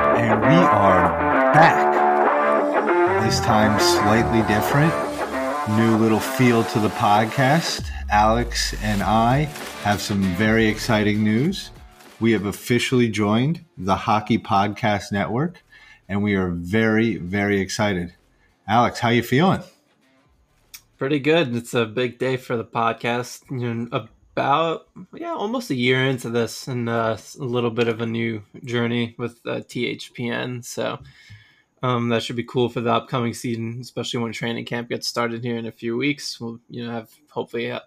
And we are back. This time, slightly different. New little feel to the podcast. Alex and I have some very exciting news. We have officially joined the Hockey Podcast Network, and we are very, very excited. Alex, how you feeling? Pretty good. It's a big day for the podcast. And About yeah, almost a year into this, and uh, s- a little bit of a new journey with uh, THPN. So um, that should be cool for the upcoming season, especially when training camp gets started here in a few weeks. We'll you know have hopefully uh,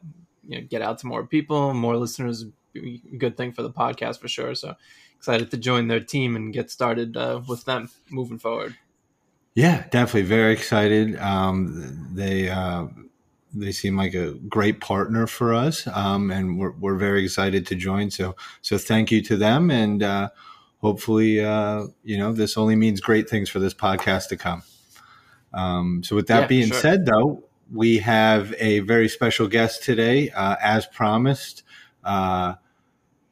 you know get out to more people, more listeners. Be a good thing for the podcast for sure. So excited to join their team and get started uh, with them moving forward. Yeah, definitely very excited. Um, they uh, they seem like a great partner for us, um, and we're, we're very excited to join. So so thank you to them, and uh, hopefully uh, you know this only means great things for this podcast to come. Um, so with that Yeah, being sure. said, though, we have a very special guest today, uh, as promised. Uh,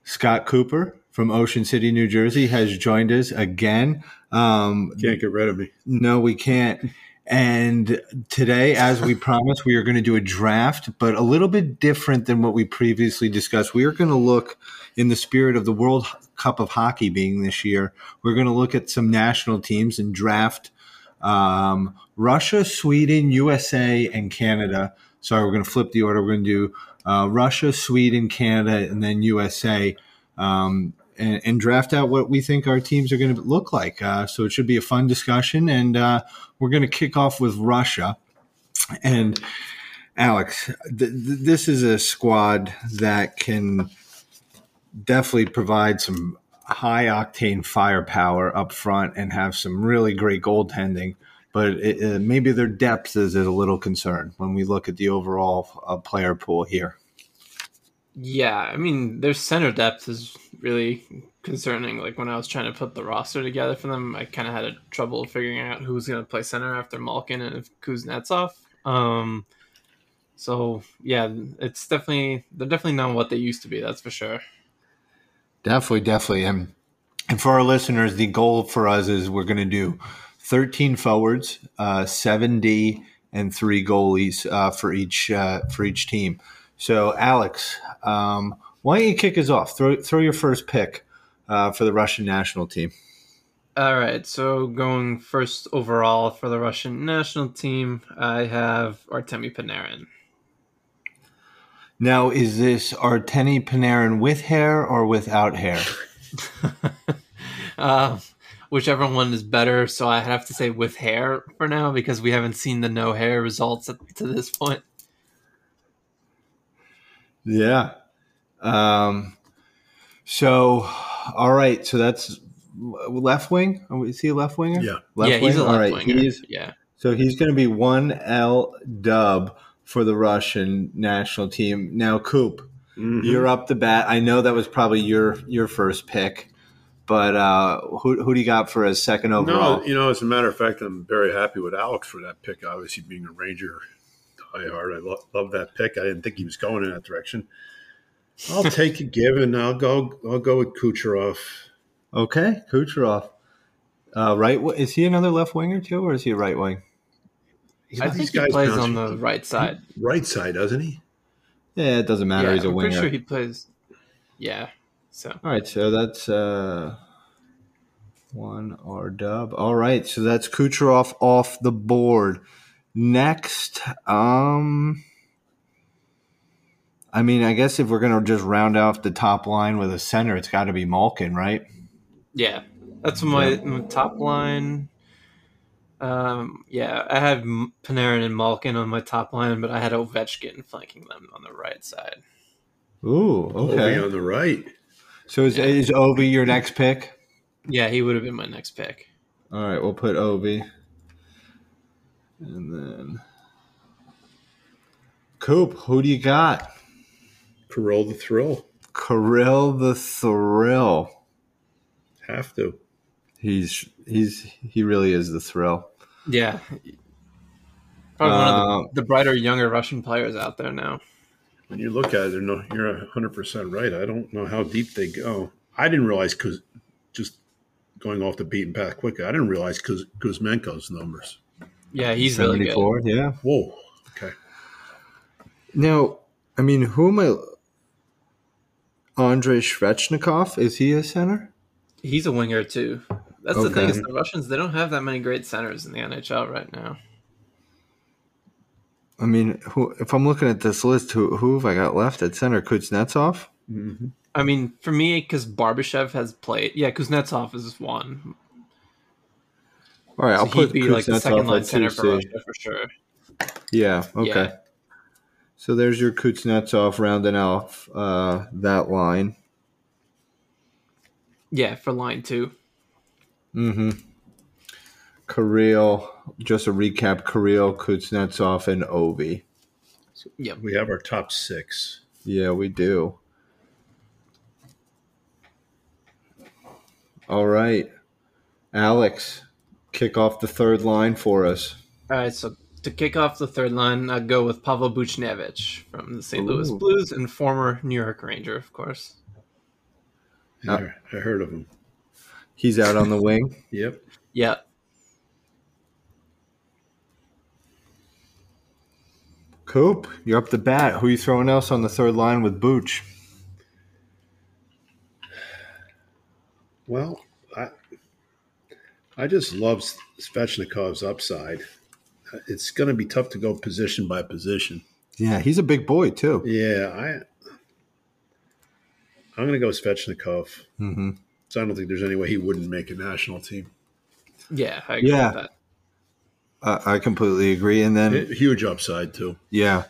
Scott Cooper from Ocean City, New Jersey, has joined us again. Um, Can't get rid of me. No, we can't. And today, as we promised, we are going to do a draft, but a little bit different than what we previously discussed. We are going to look in the spirit of the World Cup of Hockey being this year. We're going to look at some national teams and draft um, Russia, Sweden, USA, and Canada. Sorry, we're going to flip the order. We're going to do uh, Russia, Sweden, Canada, and then USA, um, and, and draft out what we think our teams are going to look like. Uh, so it should be a fun discussion, and uh, we're going to kick off with Russia. And Alex, th- th- this is a squad that can definitely provide some high octane firepower up front and have some really great goaltending. But it, uh, maybe their depth is a little concern when we look at the overall uh, player pool here. Yeah, I mean their center depth is really concerning. Like when I was trying to put the roster together for them, I kind of had a trouble figuring out who was going to play center after Malkin and Kuznetsov. Um, so yeah, it's definitely they're definitely not what they used to be. That's for sure. Definitely, definitely. And and for our listeners, the goal for us is we're going to do 13 forwards, uh, 7D, and three goalies uh, for each uh, for each team. So, Alex, um, why don't you kick us off? Throw throw your first pick uh, for the Russian national team. All right, so going first overall for the Russian national team, I have Artemi Panarin. Now, is this Artemi Panarin with hair or without hair? Um, whichever one is better. So I have to say with hair for now because we haven't seen the no hair results at, to this point. Yeah. Um, so, all right. So that's left wing. Oh, Is he a left winger? Yeah. Left yeah, he's a wing? All left right, winger. he is- yeah, so he's going to be one L dub for the Russian national team. Now, Coop, Mm-hmm. you're up the bat. I know that was probably your your first pick, but uh, who who do you got for his second overall? No, you know, as a matter of fact, I'm very happy with Alex for that pick. Obviously, being a Ranger diehard, I lo- love that pick. I didn't think he was going in that direction. I'll take a given. I'll go. I'll go with Kucherov. Okay, Kucherov. Uh, right, wi- is he another left winger too, or is he a right wing? He's I got think these he guys plays bouncing on the right side. right side, doesn't he? Yeah, it doesn't matter. yeah, he's a I'm winger. pretty sure he plays. Yeah, so All right, so that's uh, One R dub. All right, so that's Kucherov off the board. Next, um, I mean, I guess if we're gonna just round off the top line with a center, it's got to be Malkin, right? Yeah, that's my, my top line. Um, yeah, I had M- Panarin and Malkin on my top line, but I had Ovechkin flanking them on the right side. Ooh, Ovi okay. on the right. So is is Ovi your next pick? Yeah, he would have been my next pick. All right, we'll put Ovi. And then Coop, who do you got? Parole the thrill. Kirill the Thrill. Have to. He's he's he really is the thrill. Yeah, probably one Uh, of the, the brighter, younger Russian players out there now. When you look at it, they're no, you're 100% right. I don't know how deep they go. I didn't realize, because just going off the beaten path quickly, I didn't realize Kuz, Kuzmenko's numbers. Yeah, he's really good. yeah. Whoa. Okay. Now, I mean, who am I? Andre Shvechnikov is he a center? He's a winger too. That's the thing Okay. is the Russians they don't have that many great centers in the NHL right now. I mean, who? If I'm looking at this list, who who have I got left at center? Kuznetsov. I mean, for me, because Barbashev has played. Yeah, Kuznetsov is one. All right, So I'll put he'd be like the Kuznetsov second line at center for 2C. Russia for sure. Yeah. Okay. Yeah. So there's your Kuznetsov rounding off uh, that line. Yeah, for line two. Mm-hmm. Kirill, just a recap: Kirill, Kuznetsov, and Ovi. Yep. We have our top six. Yeah, we do. All right, Alex, kick off the third line for us. All right, so to kick off the third line, I'd go with Pavel Buchnevich from the St. Louis Ooh. Blues and former New York Ranger, of course. Uh. I I heard of him. He's out on the wing. Yep. Yeah. Coop, you're up the bat. Who you throwing else on the third line with Booch? Well, I I just love Svechnikov's upside. Uh, It's going to be tough to go position by position. Yeah, he's a big boy too. Yeah, I I'm going to go Svechnikov. Mm-hmm. So I don't think there's any way he wouldn't make a national team. Yeah, I agree Yeah. with that. I I completely agree. And then H- Huge upside too. yeah,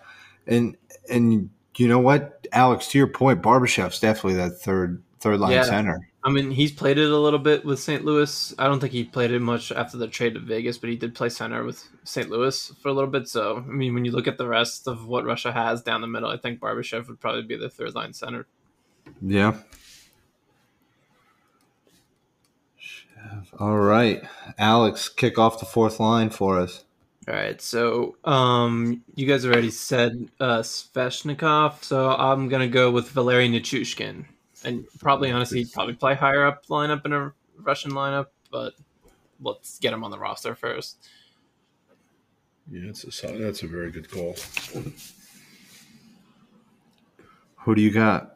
and and you know what, Alex, to your point, Barbashev's definitely that third third line Yeah. center. I mean, he's played it a little bit with St. Louis. I don't think he played it much after the trade to Vegas, but he did play center with St. Louis for a little bit. So, I mean, when you look at the rest of what Russia has down the middle, I think Barbashev would probably be the third line center. Yeah. Chev. All right, Alex, kick off the fourth line for us. All right, so um, you guys already said uh, Sveshnikov, so I'm gonna go with Valeri Nichushkin, and probably honestly he'd probably play higher up lineup in a Russian lineup, but let's get him on the roster first. Yeah, that's a sol- that's a very good call. Who do you got?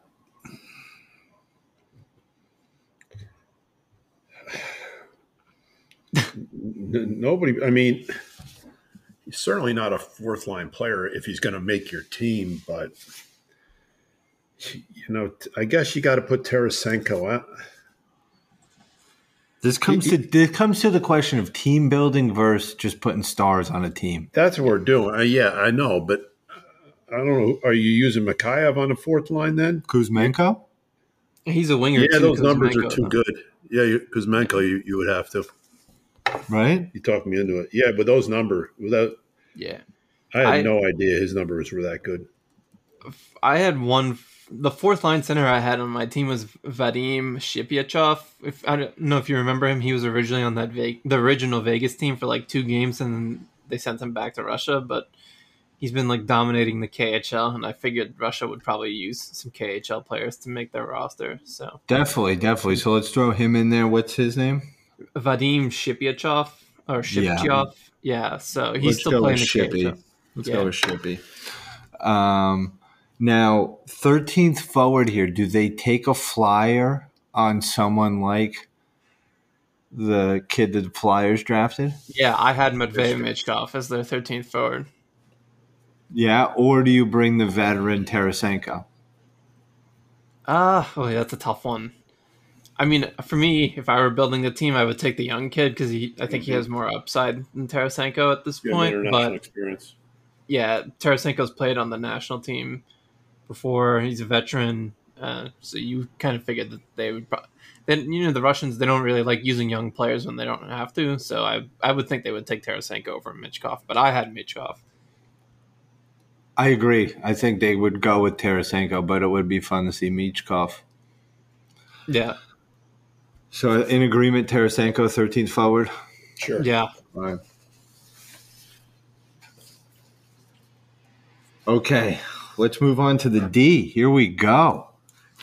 N- nobody, I mean, he's certainly not a fourth line player if he's going to make your team, but you know, t- I guess you got to put Tarasenko out. This comes to this comes to the question of team building versus just putting stars on a team. That's what we're doing. Uh, yeah, I know, but uh, I don't know. Are you using Mikhaev on the fourth line then? Kuzmenko. He's a winger. Yeah, too, those numbers are Kuzmenko. too good. Yeah, because Menko, you, you would have to. Right? You talked me into it. Yeah, but those number without, Yeah, I had I- no idea his numbers were that good. I had one. The fourth line center I had on my team was Vadim Shipiachov. If I don't know if you remember him, he was originally on that Ve- the original Vegas team for like two games, and then they sent him back to Russia. But he's been like dominating the KHL, and I figured Russia would probably use some KHL players to make their roster. So Definitely, definitely. So let's throw him in there. What's his name? Vadim Shipiachov or Yeah. Shipiachov, yeah. So he's Let's still go playing with the Shippy. KHL. Let's Yeah. go with Shippy. Um, now, thirteenth forward here. Do they take a flyer on someone like the kid that the Flyers drafted? Yeah, I had Matvey Michkov as their 13th forward. Yeah, or do you bring the veteran Tarasenko? Ah, oh, yeah, that's a tough one. I mean, for me, if I were building a team, I would take the young kid because he, I think he has more upside than Tarasenko at this You have point. international But experience. yeah, Tarasenko's played on the national team before. He's a veteran, uh, so you kind of figured that they would. Pro- then you know the Russians they don't really like using young players when they don't have to. So I I would think they would take Tarasenko over Mitchkov, but I had Mitchkov. I agree. I think they would go with Tarasenko, but it would be fun to see Michkov. Yeah, So in agreement, Tarasenko, 13th forward. Sure. yeah. Fine. Okay, let's move on to the D. Here we go.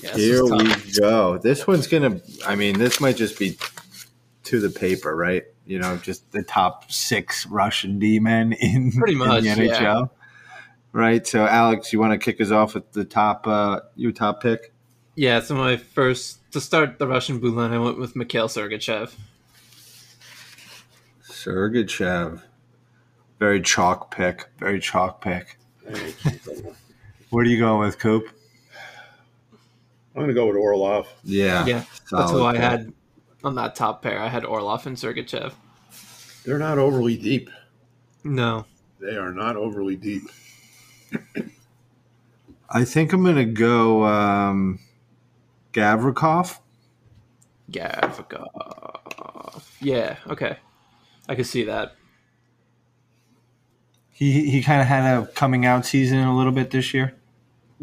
yeah this is Here tough. we go. This one's gonna. I mean, this might just be to the paper, right? You know, just the top six Russian D men in, Pretty in much, the yeah. NHL, right? So, Alex, you want to kick us off with the top uh, your top pick? Yeah, so my first to start the Russian blue line, I went with Mikhail Sergachev. Sergachev. Very chalk pick. Very chalk pick. I'm What are you going with, Coop? going to go with Orlov. Yeah, Yeah, that's who solid I pick. had on that top pair. I had Orlov and Sergachev. They're not overly deep. No, They are not overly deep. I think I'm gonna go um, Gavrikov. Gavrikov. Yeah, okay, I could see that. He he kind of had a coming out season a little bit this year.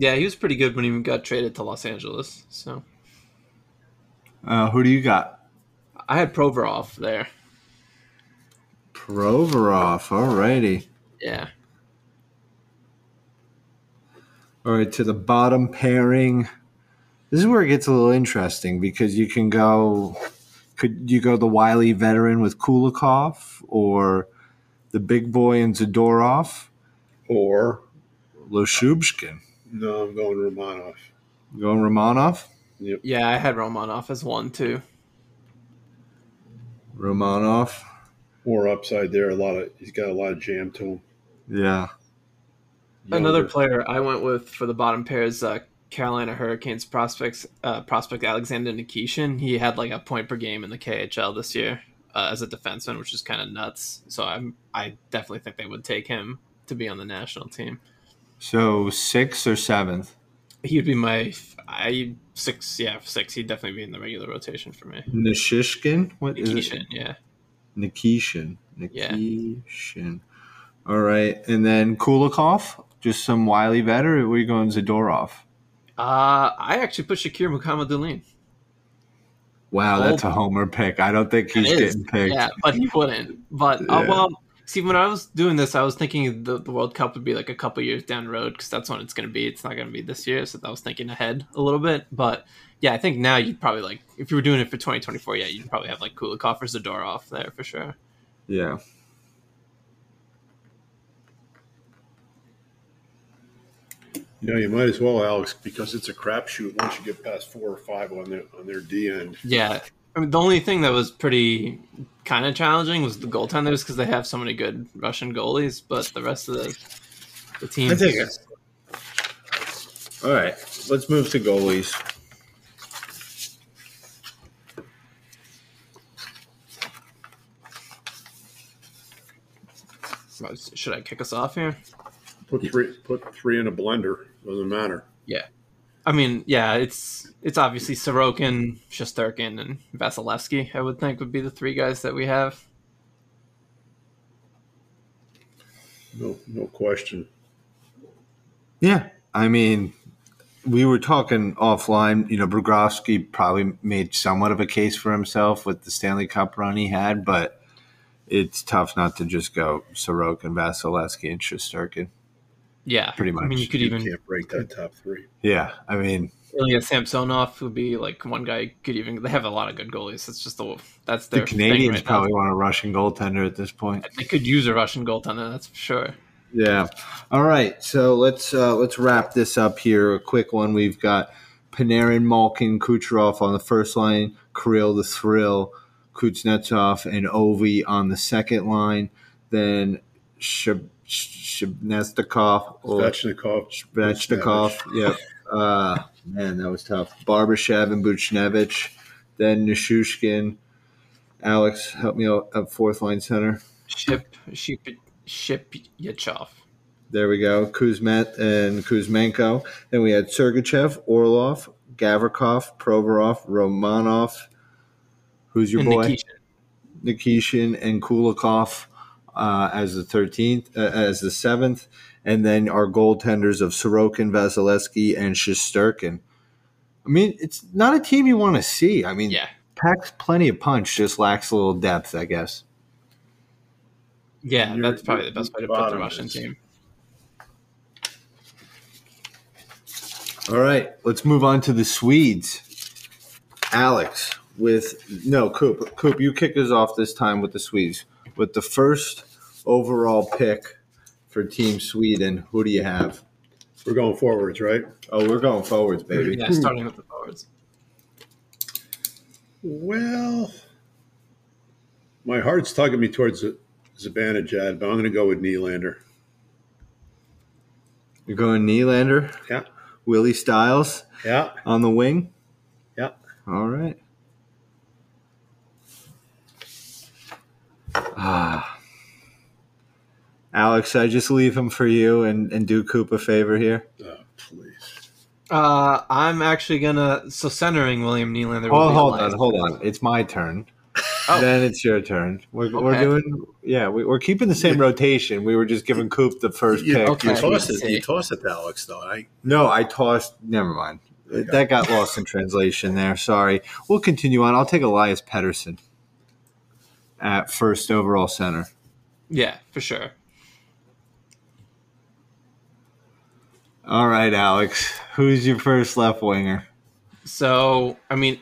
Yeah, he was pretty good when he got traded to Los Angeles. So Uh, who do you got? I had Provorov there. Provorov. Alrighty. Yeah, All right, to the bottom pairing. This is where it gets a little interesting because you can go. Could you go the wily veteran with Kulikov or the big boy in Zadorov? Or, Loshubshkin. no, I'm going Romanov. Going Romanov? yeah, I had Romanov as one too. Romanov. More upside there. A lot of he's got a lot of jam to him. Yeah. Another Younger. player I went with for the bottom pair is uh, Carolina Hurricanes prospects uh, prospect Alexander Nikishin. He had like a point per game in the KHL this year uh, as a defenseman, which is kind of nuts. So I'm I definitely think they would take him to be on the national team. So sixth or seventh? He would be my I six yeah six. He'd definitely be in the regular rotation for me. Nishishkin? What is it? Nikishin, yeah, Nikishin. Yeah. Nikishin. All right. And then Kulikov, just some wily vet, or are we going Zadorov? uh, I actually put Shakir Mukamadulin. Wow, that's Oh. a homer pick. I don't think he's It is. getting picked. Yeah, but he wouldn't. But uh, Yeah. well, see, when I was doing this, I was thinking the, the World Cup would be like a couple years down the road because that's when it's going to be. It's not going to be this year, so I was thinking ahead a little bit. But yeah, I think now you'd probably like if you were doing it for 2024, yeah, you'd probably have like Kulikov or Zadorov there for sure. Yeah. You know, you might as well, Alex, because it's a crapshoot once you get past four or five on their on their D end. Yeah. I mean, the only thing that was pretty kind of challenging was the goaltenders because they have so many good Russian goalies, but the rest of the, the team. I think it. All right. Let's move to goalies. Should I kick us off here? Put three put three in a blender. Doesn't matter. Yeah. I mean, yeah, it's it's obviously Sorokin, Shosturkin, and Vasilevsky, I would think would be the three guys that we have. No no question. Yeah. I mean, we were talking offline. You know, Bogrovsky probably made somewhat of a case for himself with the Stanley Cup run he had, but it's tough not to just go Sorokin, Vasilevsky, and Shostakin. Yeah. Pretty I mean much. you could You even can't break that top three. Yeah. I mean, Ilya Samsonov would be like one guy you could even they have a lot of good goalies. That's just the that's the their thing Canadians right probably now. want a Russian goaltender at this point. They could use a Russian goaltender, that's for sure. Yeah. All right. So let's uh, let's wrap this up here. A quick one. We've got Panarin, Malkin, Kucherov on the first line. Kirill the Thrill, Kuznetsov and Ovi on the second line, then Shib- Shibnestikov or Svechnikov. Svechnikov. Yep. Uh, man, that was tough. Barbashev and Buchnevich, then Nishushkin. Alex, help me out up fourth line center. Ship, ship, ship Yachov. There we go. Kuzmet and Kuzmenko. Then we had Sergachev, Orlov, Gavrikov, Provorov, Romanov. Who's your And boy? Nikishin. Nikishin and Kulikov uh, as the 13th, uh, as the 7th, and then our goaltenders of Sorokin, Vasilevsky, and Shisterkin. I mean, it's not a team you want to see. I mean, Yeah. packs plenty of punch, just lacks a little depth, I guess. Yeah, You're- that's probably you're the best way to put the bottom Russian is- team. All right, let's move on to the Swedes. Alex with no Coop. Coop, you kick us off this time with the Swedes with the first overall pick for Team Sweden. Who do you have? We're going forwards, right? Oh, we're going forwards, baby. Yeah, starting with the forwards. Well, my heart's tugging me towards Z- Zibanejad, but I'm going to go with Nylander. You're going Nylander, Yeah, Willie Styles yeah, on the wing. yeah. All right. Ah. Alex, I just leave him for you and, and do Coop a favor here. Oh, please. Uh, I'm actually gonna so centering William Nylander. will Oh, be hold Elias. on, hold on. It's my turn. Oh. Then it's your turn. We're, we're Okay. doing, yeah, we, we're keeping the same rotation. We were just giving Coop the first You, pick. Okay. you toss it. I see. You toss it to Alex, though. I No, I tossed. Never mind. That got lost in translation there. Sorry. We'll continue on. I'll take Elias Pettersson at first overall center. Yeah, for sure. All right, Alex. Who's your first left winger? So I mean,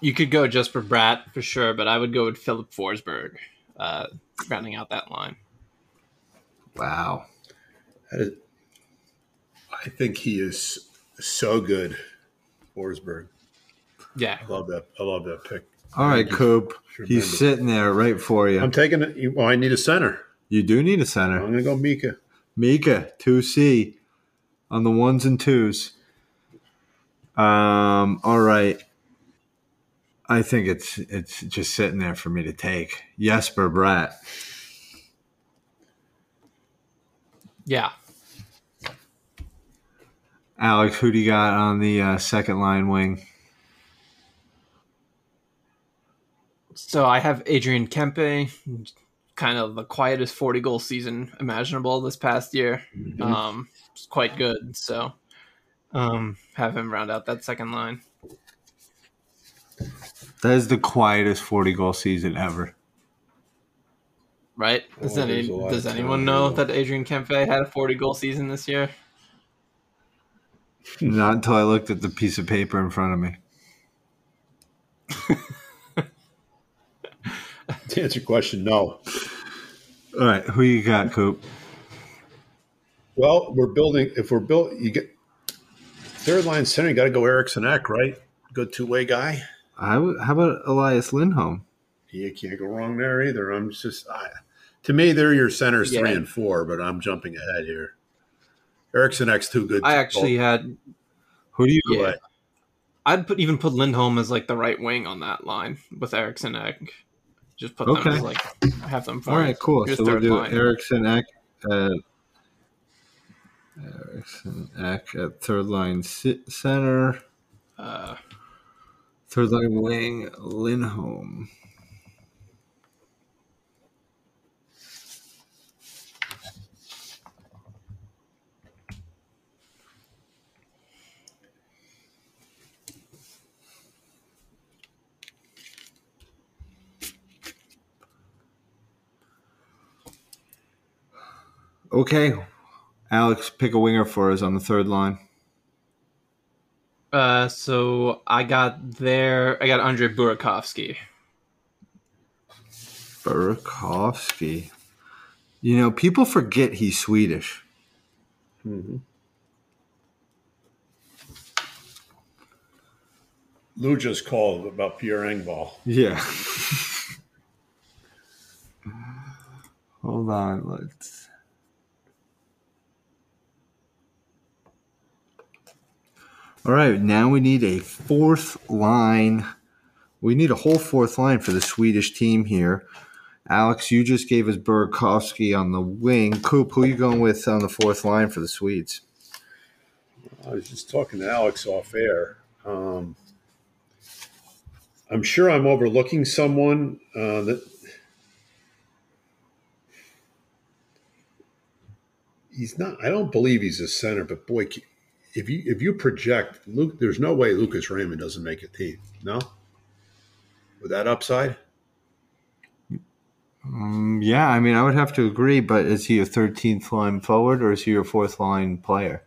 you could go just for Brat for sure, but I would go with Philip Forsberg, uh, rounding out that line. Wow. That is, I think he is so good, Forsberg. Yeah, I love that. I love that pick. All right, Coop. Tremendous. He's sitting there right for I'm you. taking it. you- Well, I need a center. You do need a I'm center. going to go Mika. Mika, 2C on the ones and twos. Um, all right. I think it's it's just sitting there for me to take. Jesper Bratt. yeah. Alex, who do you got on the uh, second line wing? So I have Adrian Kempe, kind of the quietest 40 goal season imaginable this past year. Mm-hmm. Um, it's quite good. So um, have him round out that second line. That is the quietest 40 goal season ever. right? Does, Oh, any, there's a lot does of anyone talent know there. that Adrian Kempe had a 40 goal season this year? Not until I looked at the piece of paper in front of me. To answer your question, no. All right, who you got, Coop? Well, we're building. If we're built, you get third line center. You got to go Erickson Eck, right? Good two way guy. I w- how about Elias Lindholm? You can't go wrong there either. I'm just, I, to me, they're your centers three Yeah. and four, but I'm jumping ahead here. Erickson Eck's too good. I to actually had. Who do you go yeah. away. I'd put even put Lindholm as like the right wing on that line with Erickson Egg. Just put Okay. them as like have them. All right, cool. Here's So we'll third do line. Erickson Eck at Erickson Eck at third line si- center, Uh, third line wing Lindholm. Okay, Alex, pick a winger for us on the third line. uh, so I got there. I got Andre Burakovsky. Burakovsky. You know, people forget he's Swedish. Lou just called about Pierre Engvall. Yeah. Hold on. Let's. All right. Now we need a fourth line. We need a whole fourth line for the Swedish team here. Alex, you just gave us Burkowski on the wing. Coop, who are you going with on the fourth line for the Swedes? I was just talking to Alex off air. Um, I'm sure I'm overlooking someone uh, that he's not. I don't believe he's a center, but boy, if you if you project Luke, there's no way Lucas Raymond doesn't make a team. No, with that upside, Um, yeah, I mean, I would have to agree, but is he a 13th line forward or is he your fourth line player?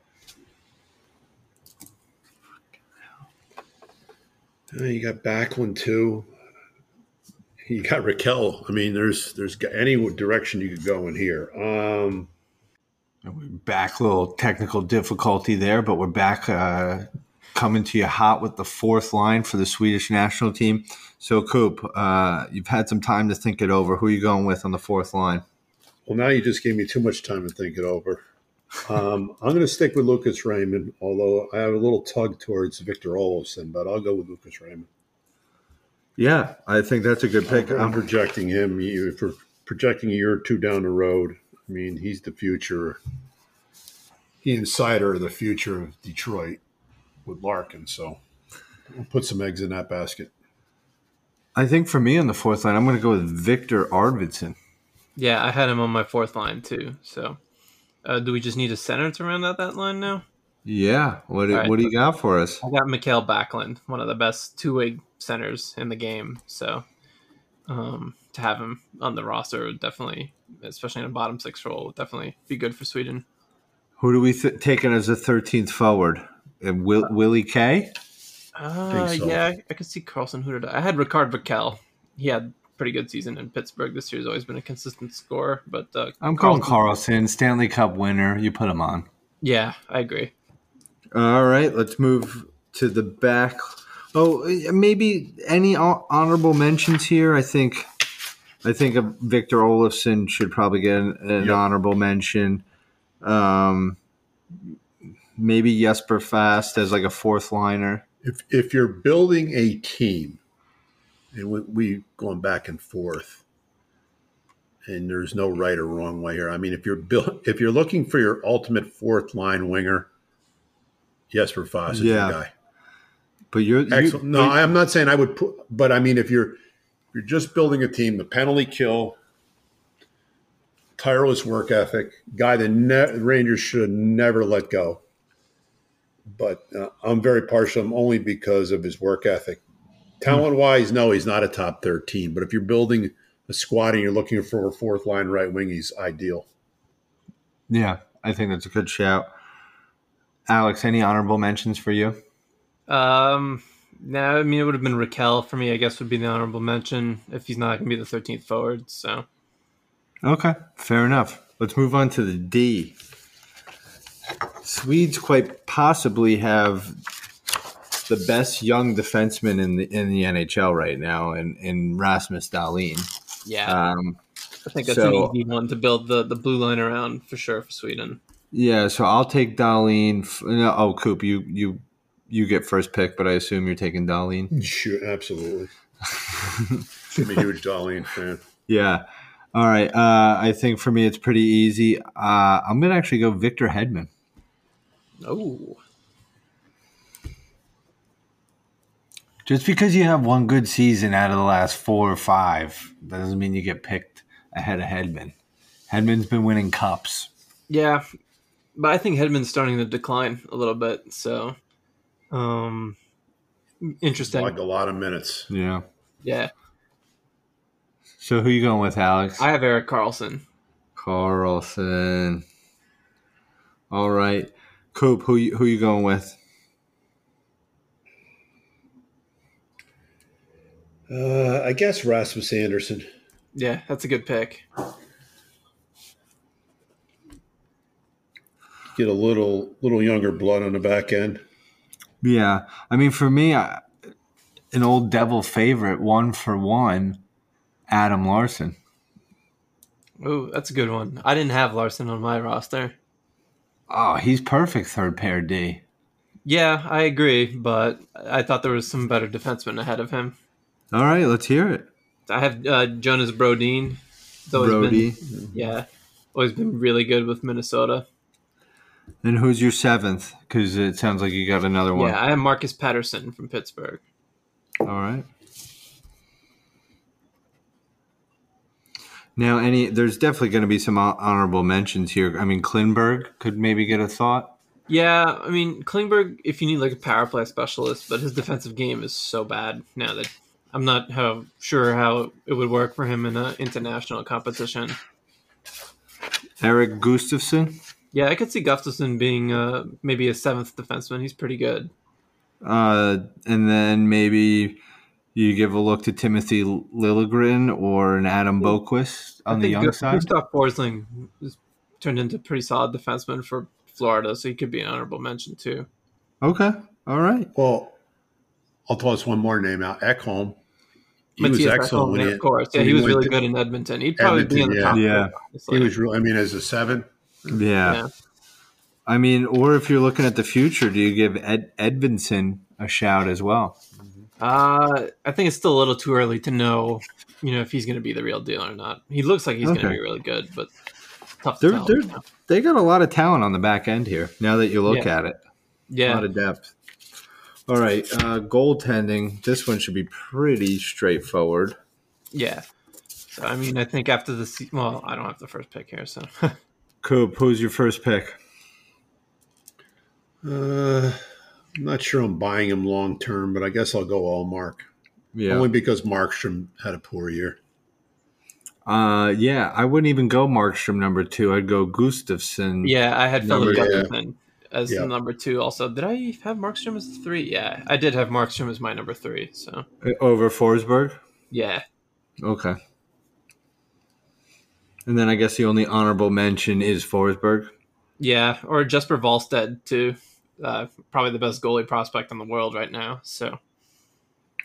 Uh, you got Backlund too. You got Raquel. I mean, there's there's any direction you could go in here. Um, We're back a little technical difficulty there, but we're back uh, coming to you hot with the fourth line for the Swedish national team. So, Coop, uh, you've had some time to think it over. Who are you going with on the fourth line? Well, now you just gave me too much time to think it over. Um, I'm going to stick with Lucas Raymond, although I have a little tug towards Victor Olofsson, but I'll go with Lucas Raymond. Yeah, I think that's a good pick. I'm I'm- projecting him. You, if we're projecting a year or two down the road, I mean, he's the future. He and Sider are the future of Detroit with Larkin, so I'll put some eggs in that basket. I think for me on the fourth line, I'm going to go with Victor Arvidsson. Yeah, I had him on my fourth line too. So, uh, do we just need a center to round out that line now? Yeah, what, All right. what do you got for us? I got Mikael Backlund, one of the best two way centers in the game. So, um, to have him on the roster would definitely, especially in a bottom six role, would definitely be good for Sweden. Who do we th- take in as a 13th forward? And Will- Willie K? Uh, so. Yeah, I, I could see Carlson Huda. I had Ricard Vaquel. He had a pretty good season in Pittsburgh this year. He's always been a consistent scorer, but uh, I'm calling Carlson, Stanley Cup winner. You put him on. Yeah, I agree. All right, let's move to the back. Oh, eh, maybe any hon- honorable mentions here? I think, I think of Victor Olafson should probably get an, an Yep. honorable mention. Um, maybe Jesper Fast as like a fourth liner. if if you're building a team and we, we going back and forth and there's no right or wrong way here i mean if you're build, if you're looking for your ultimate fourth line winger jesper Foss is Yeah. your guy But you're you- excellent no i'm not saying i would put but i mean if you're if you're just building a team the penalty kill tireless work ethic guy that ne- rangers should never let go but uh, I'm very partial to him only because of his work ethic. Talent wise, no, he's not a top 13. But if you're building a squad and you're looking for a fourth line right wing, he's ideal. yeah, I think that's a good shout. Alex, any honorable mentions for you? Um, no, I mean it would have been Raquel for me. I guess would be the honorable mention if he's not going to be the 13th forward. So Okay, fair enough. Let's move on to the D. Swedes quite possibly have the best young defenseman in the in the NHL right now, in, in Rasmus Dahlin. yeah, Um, I think that's so- an easy one to build the the blue line around for sure for Sweden. yeah, so I'll take Dahlin. f- No, oh, Coop, you you you get first pick, but I assume you're taking Dahlin. Sure, absolutely. I'm a huge Darlene fan. Yeah. All right. Uh, I think for me it's pretty easy. Uh, I'm gonna actually go Victor Hedman. Oh, Just because you have one good season out of the last four or five, that doesn't mean you get picked ahead of Hedman. Hedman's been winning cups. yeah, but I think Hedman's starting to decline a little bit. So, um, interesting. Logged a lot of minutes. Yeah. Yeah, So who you going with, Alex? I have Eric Carlson. Carlson. All right, Coop. Who you, who you going with? Uh, I guess Rasmus Anderson. Yeah, that's a good pick. Get a little little younger blood on the back end. Yeah, I mean for me, I, an old devil favorite, one for one, Adam Larson. Oh, that's a good one. I didn't have Larson on my roster. Oh, he's perfect third pair D. Yeah, I agree, but I thought there was some better defensemen ahead of him. All right, let's hear it. I have uh, Jonas Brodeen. It's always Brody. Been, yeah, always been really good with Minnesota. And who's your seventh? Because it sounds like you got another one. Yeah, I have Marcus Patterson from Pittsburgh. All right. Now, any there's definitely going to be some hon- honorable mentions here. I mean, Klinberg could maybe get a thought. Yeah, I mean Klingberg. If you need like a power play specialist, but his defensive game is so bad now that I'm not how sure how it would work for him in an international competition. Eric Gustafson. Yeah, I could see Gustafson being uh, maybe a seventh defenseman. He's pretty good. Uh, and then maybe you give a look to Timothy Lilligren or an Adam Boquist on I the think young Gu- side. Gustav Forsling has turned into a pretty solid defenseman for Florida, so he could be an honorable mention too. Okay. All right. Well, I'll toss one more name out. Ekholm. He was Matthias Ekholm, excellent when he, of course. Yeah, when he was went really to- good in Edmonton. He'd probably be in the top. Edmonton, yeah. four, honestly. He was really. I mean, as a seven, Yeah. Yeah. I mean, or if you're looking at the future, do you give Ed Edvinson a shout as well? Uh, I think it's still a little too early to know, you know, if he's going to be the real deal or not. He looks like he's going Okay. to be really good, but tough to They're, tell. they're, they got a lot of talent on the back end here. Now that you look Yeah. at it, a yeah, lot of depth. All right, uh, goaltending. This one should be pretty straightforward. yeah. So I mean, I think after the se- well, I don't have the first pick here, so Coop, who's your first pick? uh, I'm not sure I'm buying him long term, but I guess I'll go all Mark Yeah, only because Markstrom had a poor year. uh, yeah. I wouldn't even go Markstrom number two. I'd go Gustafson. yeah, I had Philip Number- yeah. Gustafson as Yeah. number two. Also, did I have Markstrom as three? Yeah, I did have Markstrom as my number three. So over Forsberg. yeah, Okay. And then I guess the only honorable mention is Forsberg. yeah, or Jesper Volstead too. Uh, probably the best goalie prospect in the world right now. So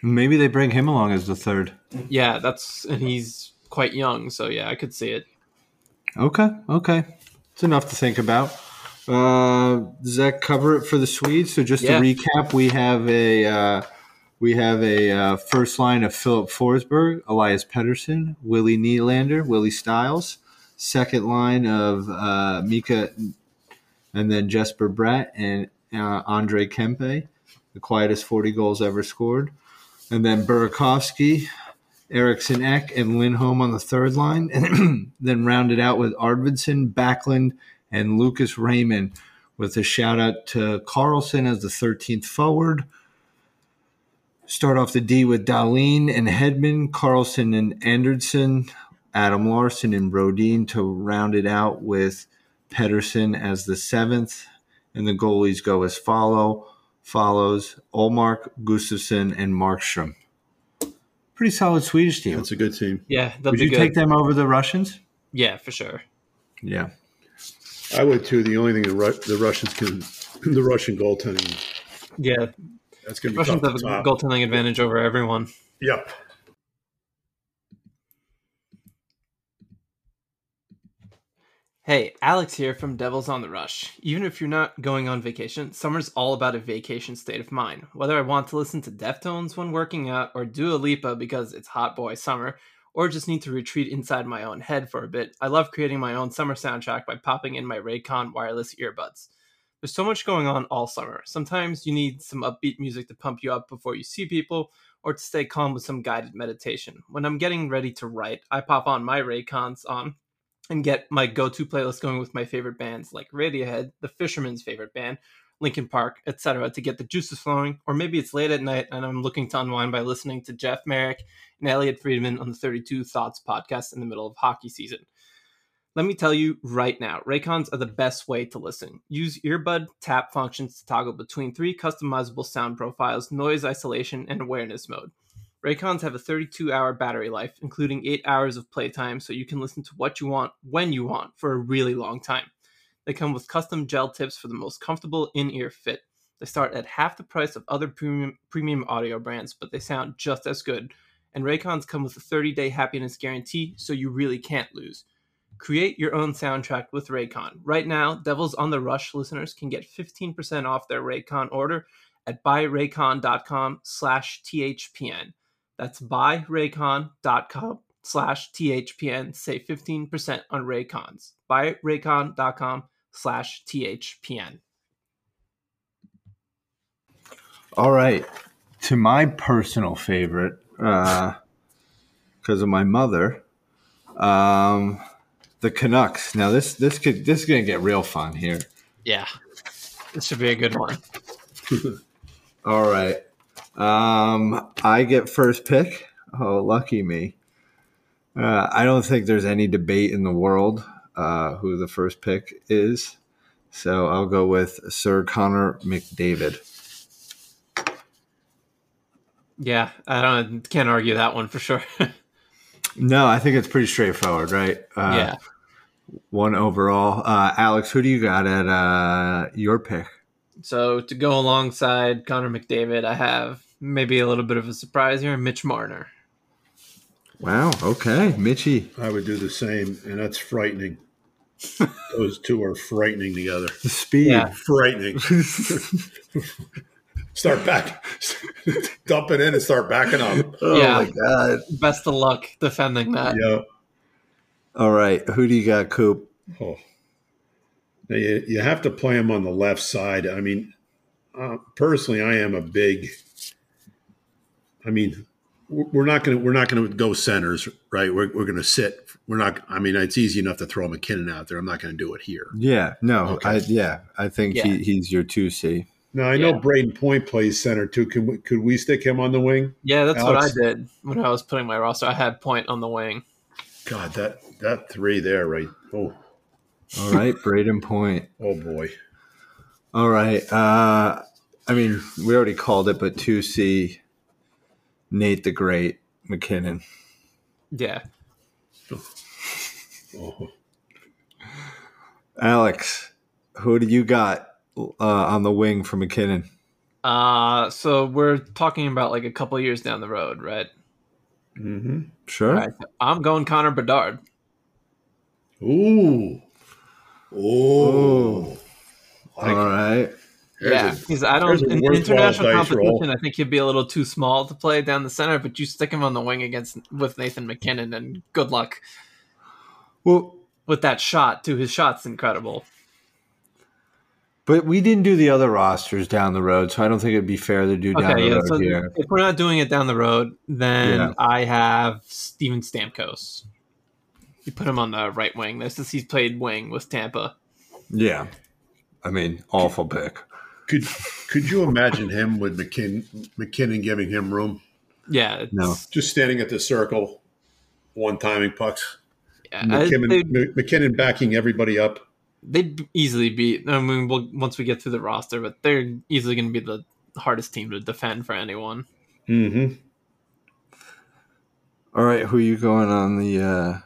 Maybe they bring him along as the third. yeah, that's and he's quite young. So yeah, I could see it. Okay, okay. It's enough to think about. Uh, does that cover it for the Swedes? So just Yeah. to recap, we have a uh, we have a uh, first line of Philip Forsberg, Elias Pettersson, Willie Nylander, Willie Stiles. Second line of uh, Mika, and then Jesper Bratt and uh, Andre Kempe, the quietest forty goals ever scored. And then Burakovsky, Erickson Eck and Lindholm on the third line, and then rounded out with Arvidsson, Backlund, and Lucas Raymond, with a shout out to Carlson as the 13th forward. Start off the D with Darlene and Hedman, Carlson and Anderson, Adam Larson and Brodeen to round it out with Pedersen as the seventh. And the goalies go as follow follows Olmark, Gustafsson, and Markstrom. Pretty solid Swedish team. That's a good team. Yeah, that'd Would be you good. take them over the Russians? yeah, for sure. Yeah. I would too. The only thing the, Ru- the Russians can, the Russian goaltending, Yeah, that's going to be Russians tough have to a top. goaltending advantage over everyone. Yep. Hey, Alex here from Devils on the Rush. Even if you're not going on vacation, summer's all about a vacation state of mind. Whether I want to listen to Deftones when working out, or Dua Lipa because it's hot boy summer, or just need to retreat inside my own head for a bit, I love creating my own summer soundtrack by popping in my Raycon wireless earbuds. There's so much going on all summer. Sometimes you need some upbeat music to pump you up before you see people, or to stay calm with some guided meditation. When I'm getting ready to write, I pop on my Raycons on and get my go-to playlist going with my favorite bands like Radiohead, The Fisherman's favorite band, Linkin Park, etc. to get the juices flowing. Or maybe it's late at night and I'm looking to unwind by listening to Jeff Merrick and Elliot Friedman on the 32 Thoughts podcast in the middle of hockey season. Let me tell you right now, Raycons are the best way to listen. Use earbud tap functions to toggle between three customizable sound profiles, noise isolation, and awareness mode. Raycons have a 32 hour battery life, including 8 hours of playtime, so you can listen to what you want when you want for a really long time. They come with custom gel tips for the most comfortable in ear fit. They start at half the price of other premium, premium audio brands, but they sound just as good. And Raycons come with a 30 day happiness guarantee, so you really can't lose. Create your own soundtrack with Raycon. Right now, Devils on the Rush listeners can get 15% off their Raycon order at buyraycon.com slash THPN. That's buyraycon.com slash THPN. Save 15% on Raycons. Buyraycon.com slash THPN. All right. To my personal favorite, because of my mother, um, the Canucks. Now this this could this is gonna get real fun here. Yeah. This should be a good one. All right. Um, I get first pick. Oh, lucky me. Uh, I don't think there's any debate in the world uh, who the first pick is. So I'll go with Sir Connor McDavid. Yeah, I don't can't argue that one for sure. No, I think it's pretty straightforward, right? Uh, yeah. One overall. Uh, Alex, who do you got at uh, your pick? So to go alongside Connor McDavid, I have maybe a little bit of a surprise here, Mitch Marner. Wow. Okay. Mitchy. I would do the same, and that's frightening. Those two are frightening together. The speed. Yeah. Frightening. start back, dump it in, and start backing up. Oh, yeah. God. Best of luck defending that. Yeah. All right. Who do you got, Coop? Oh. Now you, you have to play him on the left side. I mean, uh, personally, I am a big. I mean, we're we're not going to we're not going to go centers, right? We're, we're going to sit. We're not. I mean, it's easy enough to throw McKinnon out there. I'm not going to do it here. Yeah. No. Okay. I, yeah. I think Yeah. He, he's your two C. Now I know Yeah. Braden Point plays center too. Can we, could we stick him on the wing? Yeah, that's Alex? what I did when I was putting my roster. I had point on the wing. God, that that three there, right? Oh, All right. Braden Point. oh boy. All right. Uh, I mean, we already called it, but two C. Nate the Great McKinnon. Yeah. Oh. Alex, who do you got uh, on the wing for McKinnon? Uh so we're talking about like a couple years down the road, right? hmm Sure. All right. I'm going Connor Bedard. Ooh. Oh. Like, All right. there's yeah, a- because I don't there's a in worthwhile international dice roll. competition. I think he'd be a little too small to play down the center, but you stick him on the wing against with Nathan McKinnon, and good luck Well, with that shot. Too, his shot's incredible. But we didn't do the other rosters down the road, so I don't think it'd be fair to do down Okay, the yeah. road So here. if we're not doing it down the road, then Yeah. I have Steven Stamkos. You put him on the right wing. This is he's played wing with Tampa. Yeah. I mean, awful pick. Could could you imagine him with McKin, McKinnon giving him room, Yeah, it's, No. just standing at the circle, one timing pucks, yeah, I- they- McKinnon, M- McKinnon backing everybody up. they'd easily beat. I mean, we'll, once we get through the roster, but they're easily going to be the hardest team to defend for anyone. Mm-hmm. All right, who you going on the uh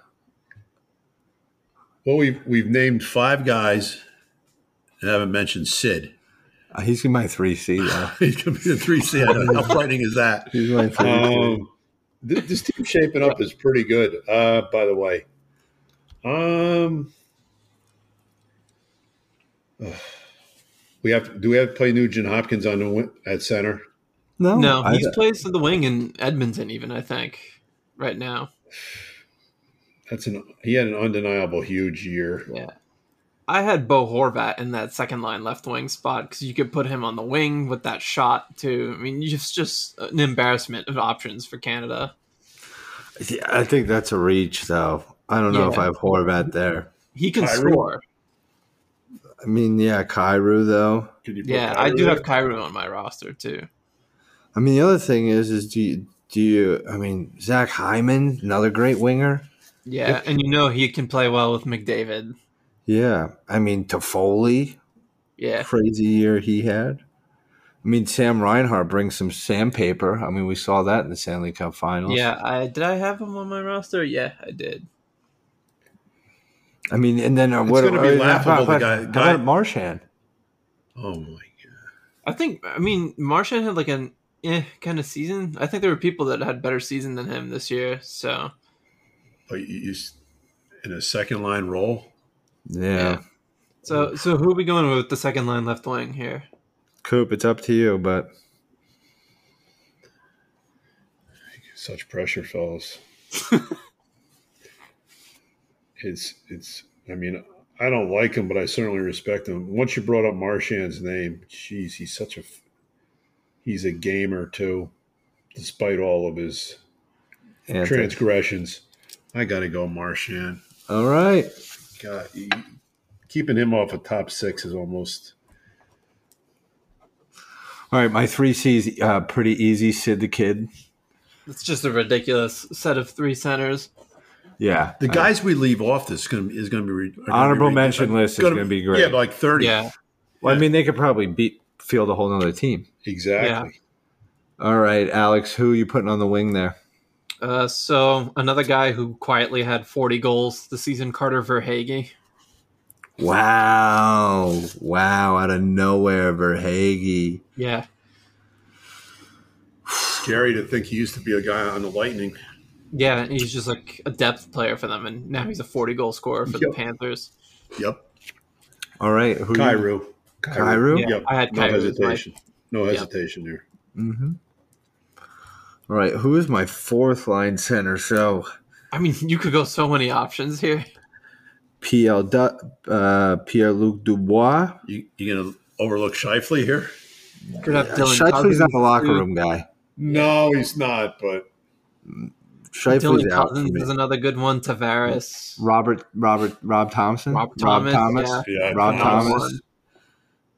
Well, we've we've named five guys, and haven't mentioned Sid. uh, he's my three C though. He's gonna be the three C. How frightening is that? He's my three C. Um, th- this team shaping up is pretty good. Uh, by the way, um, ugh. we have do we have to play Nugent Hopkins on the win- at center? No, No, Oh, I, he's plays to the wing in Edmonton, even I think, right now. That's an he had an undeniable huge year. Yeah, I had Bo Horvat in that second line left wing spot because you could put him on the wing with that shot too. I mean, it's just an embarrassment of options for Canada. yeah, I think that's a reach though. I don't know if Yeah. I have Horvat there. He can Kyrou? score. I mean, yeah, Cairo though. Could you put Yeah, I Kyrie do there? have Cairo on my roster too. I mean, the other thing is, is do you, do you? I mean, Zach Hyman, another great winger. Yeah, and you know he can play well with McDavid. Yeah, I mean, Toffoli. Yeah, crazy year he had. I mean, Sam Reinhart brings some sandpaper. I mean, we saw that in the Stanley Cup Finals. yeah. I did. I have him on my roster. Yeah, I did. I mean, and then uh, what? gonna be uh, laughable, how about- the guy- how guy- about Marchand? Oh my god! I think. I mean, Martian had like an eh kind of season. I think there were people that had better season than him this year. So But you, you s- in a second line role. Yeah. So so who are we going with the second line left wing here? Coop, it's up to you, but Such pressure, fellas. it's it's. I mean, I don't like him, but I certainly respect him. Once you brought up Marshan's name, jeez, he's such a f- he's a gamer too, despite all of his Anthony. transgressions. I gotta go, Marshan. All right. God, he- keeping him off a of top six is almost. All right. My three C's uh, pretty easy. Sid the Kid. It's just a ridiculous set of three centers. Yeah. The guys we leave off this is gonna is gonna be re- are gonna Honorable be mention list is gonna be great. Yeah, like thirty. Yeah. Well, I mean, they could probably beat field a whole nother team. exactly. All right, Alex, who are you putting on the wing there? Uh, so another guy who quietly had 40 goals this season, Carter Verhage. Wow. Wow. Out of nowhere, Verhage. Yeah. Scary to think he used to be a guy on the Lightning. Yeah, he's just like a depth player for them, and now he's a 40 goal scorer for the Yep. Panthers. Yep, All right. Who Cairo. Cairo? Yeah, I had no Cairo as my- hesitation. No hesitation there. Mm-hmm. All right. Who is my fourth line center? So I mean, you could go so many options here. PL, Du- uh, Pierre Luc Dubois. You, you're gonna overlook Shifley here? You could have Dylan Shifley's Cousins, not a locker too. room guy. No, he's not. But Shifley's Dylan out. For Cousins is me. another good one. Tavares. Robert, Robert, Rob Thompson. Rob Thomas, yeah. yeah, Rob Thomas. Thomas.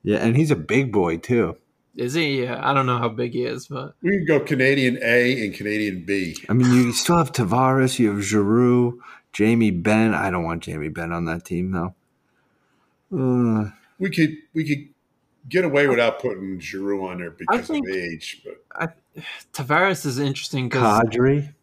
Yeah, and he's a big boy too. Is he? Yeah, I don't know how big he is, but We can go Canadian A and Canadian B. I mean, you still have Tavares, you have Giroux, Jamie Ben. I don't want Jamie Ben on that team though. Uh, We could we could get away without putting Giroux on there because think- of age. But Tavares is interesting because Kadri.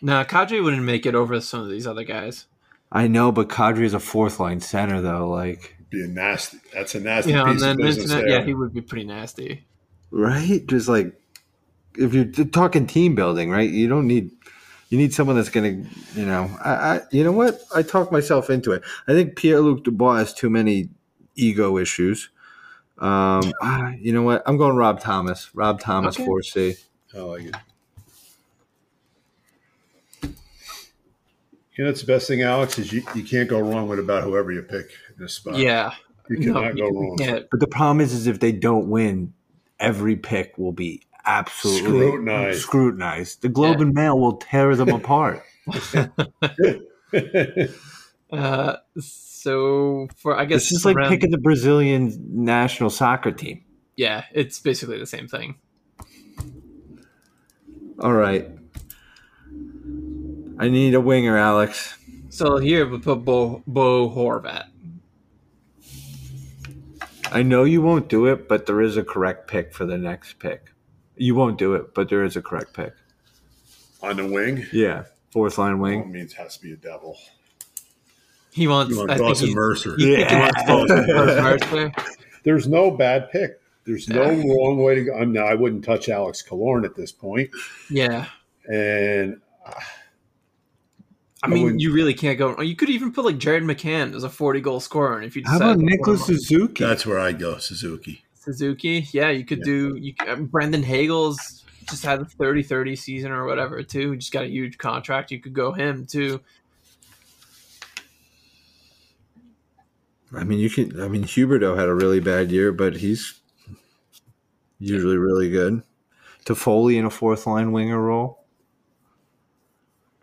no, Kadri wouldn't make it over some of these other guys. I know, but Kadri is a fourth line center though. Like, be a nasty. That's a nasty You know, and piece then of business internet, there. yeah, he would be pretty nasty. right? Just like if you're t- talking team building, right? You don't need you need someone that's gonna, you know, I, I you know what? I talked myself into it. I think Pierre Luc Dubois has too many ego issues. Um, ah, you know what? I'm going Rob Thomas. Rob Thomas, Okay. four C. I like it. You know, it's the best thing, Alex, is you, you can't go wrong with about whoever you pick in this spot. yeah, You No, cannot go wrong. yeah, But the problem is, is if they don't win, every pick will be absolutely Scrutinized. scrutinized. The Globe Yeah. and Mail will tear them apart. Uh, so for I guess It's just like around- picking the Brazilian national soccer team. yeah, it's basically the same thing. All right. I need a winger, Alex. So here we put Bo, Bo Horvat. I know you won't do it, but there is a correct pick for the next pick. You won't do it, but there is a correct pick. On the wing, Yeah. Fourth line that wing. means it has to be a devil. He wants, You want I think Dawson he's, Mercer. he's picking Yeah. up Dawson Mercer. There's no bad pick. There's no wrong way to go. I'm now. I wouldn't touch Alex Kalorn at this point, Yeah, and I I mean wouldn't- you really can't go. You could even put like Jared McCann as a forty goal scorer, and if you How decide about to put Nicholas him on Suzuki? that's where I go. Suzuki. Suzuki, yeah, you could do. You could- um, Brendan Hagel's just had a 30-30 season or whatever too. Just got a huge contract. You could go him too. I mean, you can. I mean, Huberto had a really bad year, but he's usually really good. To Foley in a fourth line winger role.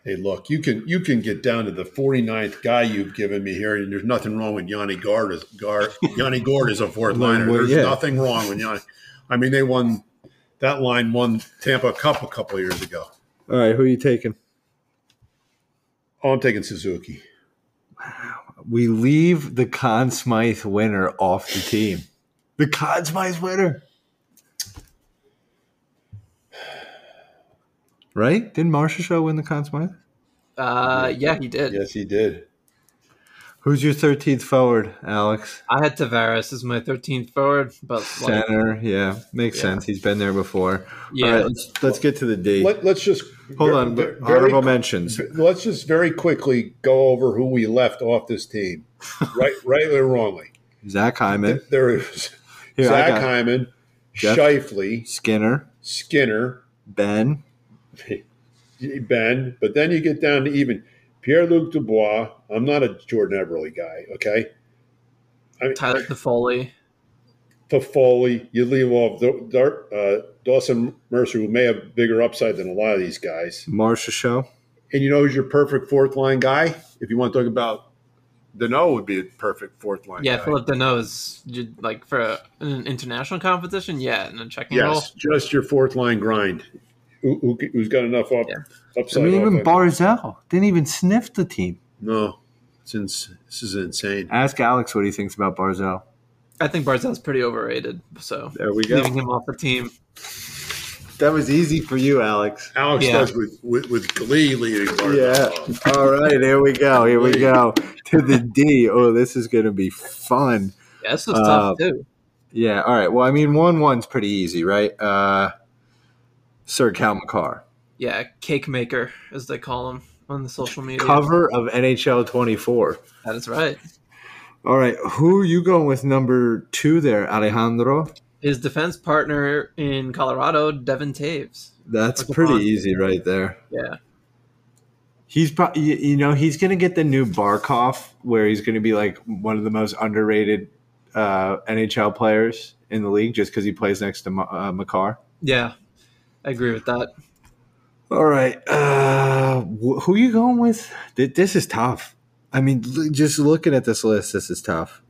Hey, look, you can you can get down to the 49th guy you've given me here, and there's nothing wrong with Yanni Gard. Is, Gar, Yanni Gord is a fourth liner. Well, There's yeah. nothing wrong with Yanni. I mean, they won that line won Tampa a couple couple years ago. All right, who are you taking? Oh, I'm taking Suzuki. We leave the Conn Smythe winner off the team. The Conn Smythe winner, right? Didn't Marsha show win the Conn Smythe? Uh, yeah, he did. Yes, he did. Who's your 13th forward, Alex? I had Tavares as my 13th forward, but like, Center. Yeah, makes Yeah. sense. He's been there before. All Yeah. right, let's, let's get to the D. Let, us just Hold ver- on. ver- but very honorable qu- mentions. Let's just very quickly go over who we left off this team, right, rightly or wrongly. Zach Hyman. There is Here, I Zach got Hyman, Jeff. Shifley, Skinner. Skinner, Ben. Ben, but then you get down to even Pierre Luc Dubois. I'm not a Jordan Everly guy, okay? I mean, Tyler Toffoli. Toffoli, you leave off Da- Dar- uh, Dawson Mercer, who may have bigger upside than a lot of these guys. Marsha Show. And you know who's your perfect fourth line guy? If you want to talk about Dano would be a perfect fourth line. Yeah, guy. Philip Deneau is ju- like for a, an international competition. Yeah, in a checking role. Yes, just your fourth line grind. Who, who, who's got enough up, I upside? mean, even offense? Barzell didn't even sniff the team. No, since this is insane. Ask Alex what he thinks about Barzell. I think Barzell's pretty overrated. So There we go. leaving him off the team. That was easy for you, Alex. Alex Yeah. does with, with, with glee leading Yeah. Barzal. All right. Here we go. Here we go. To the D. Oh, this is going to be fun. Yeah, this was Uh, tough too. Yeah. All right. Well, I mean, 1 1's pretty easy, right? Uh, Sir Cal McCarr. Yeah, cake maker as they call him on the social media. Cover of NHL 24. That is right. All right. Who are you going with number two there, Alejandro? His defense partner in Colorado, Devin Taves. That's Or pretty Devon. easy right there. Yeah, He's probably, you know, he's going to get the new Barkov, where he's going to be like one of the most underrated uh, NHL players in the league just because he plays next to Ma- uh, Makar. yeah, I agree with that. All right. Uh, wh- who you going with? Th- This is tough. I mean, l- just looking at this list, this is tough.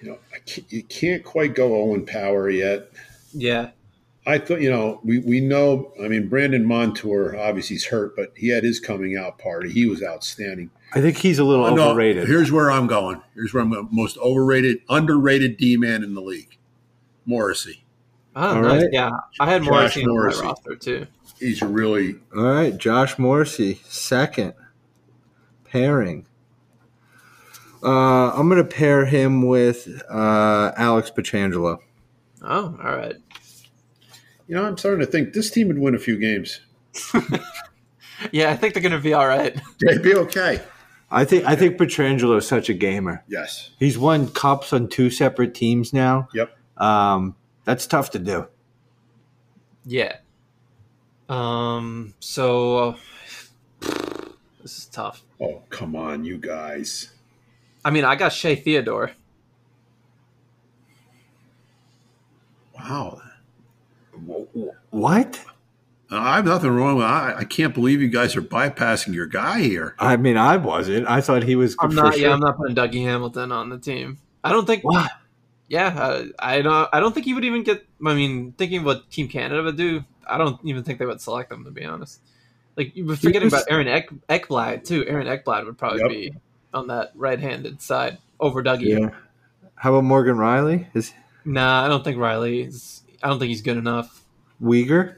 You know, I can't, you can't quite go Owen Power yet. Yeah, I thought, you know, we, we know, I mean, Brandon Montour, obviously he's hurt, but he had his coming out party. He was outstanding. I think he's a little No, overrated. here's where I'm going. Here's where I'm going. Most overrated, underrated D man in the league, Morrissey. I All don't know. right. Yeah, I had Josh Morrissey on my Morrissey. roster too. He's really All right, Josh Morrissey, second pairing. Uh, I'm going to pair him with uh, Alex Petrangelo. Oh, all right. You know, I'm starting to think this team would win a few games. Yeah, I think they're gonna be all right. they'd be okay. I think I think Petrangelo is such a gamer. Yes. He's won cups on two separate teams now. Yep. Um, that's tough to do. Yeah. Um. So uh, this is tough. Oh, come on, you guys. I mean, I got Shea Theodore. Wow. Uh, What? I have nothing wrong with I, I can't believe you guys are bypassing your guy here. I mean, I wasn't. I thought he was. I'm for not. sure- Yeah, I'm not putting Dougie Hamilton on the team. I don't think. Why? Yeah, uh, I, I don't. I don't think he would even get. I mean, thinking what Team Canada would do, I don't even think they would select him to be honest. Like you were forgetting was- about Aaron Ek, Ekblad too. Aaron Ekblad would probably Yep. be on that right-handed side over Dougie. Yeah. How about Morgan Riley? Is Nah, I don't think Riley's. I don't think he's good enough. Uyghur?